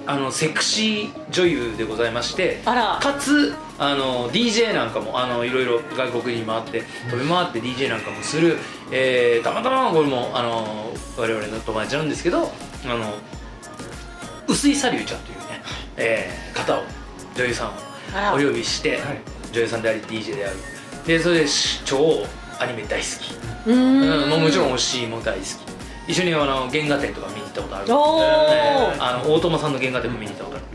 S2: あのセクシー女優でございまして
S3: あら
S2: かつあの DJ なんかもあのいろいろ外国に回って飛び回って DJ なんかもする、えーたまたまこれもあの我々の友達なんですけどあの薄井サリューちゃんというね、えー方を女優さん
S3: あら
S2: をお呼びして、
S1: はい
S2: 女優さんであり DJ であるでそれで超アニメ大好き、
S3: う
S2: う
S3: ー
S2: んん、もうもちろん推しも大好き一緒にあの原画展とか見に行ったことある
S3: おー
S2: ねあの大友さんの原画展も見に行ったことある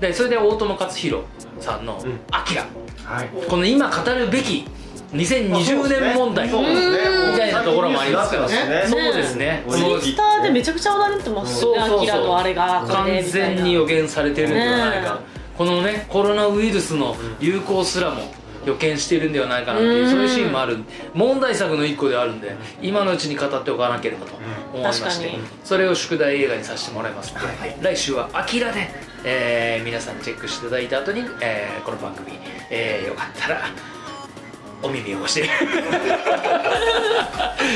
S2: でそれで大友克洋さんの
S1: うん
S2: 「アキラ
S1: はい
S2: この今語るべき2020年問題
S1: そうですね
S3: うん
S2: みたいなところもありますから
S1: ね
S2: そうですね
S1: うん
S2: この
S3: ツイッターでめちゃくちゃ話題になってますよ
S2: そ
S3: ね、
S2: う
S3: ア
S2: そうそう
S3: キラのあれがこれ
S2: 完
S3: みたいな
S2: 全に予言されてるんではないか、
S3: ね
S2: このねコロナウイルスの流行すらも予見してるんではないかなっていう
S3: うん
S2: そういうシーンもある問題作の一個であるんで今のうちに語っておかなければと思いまし
S3: 確
S2: て
S3: かに
S2: それを宿題映画にさせてもらいますので、来週は「あきらで」えー皆さんチェックしていただいた後に、えーこの番組、えーよかったらお耳を汚して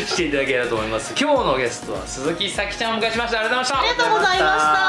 S2: していただければと思います今日のゲストは鈴木咲ちゃんをお迎えしましたありがとうございました
S3: ありがとうございました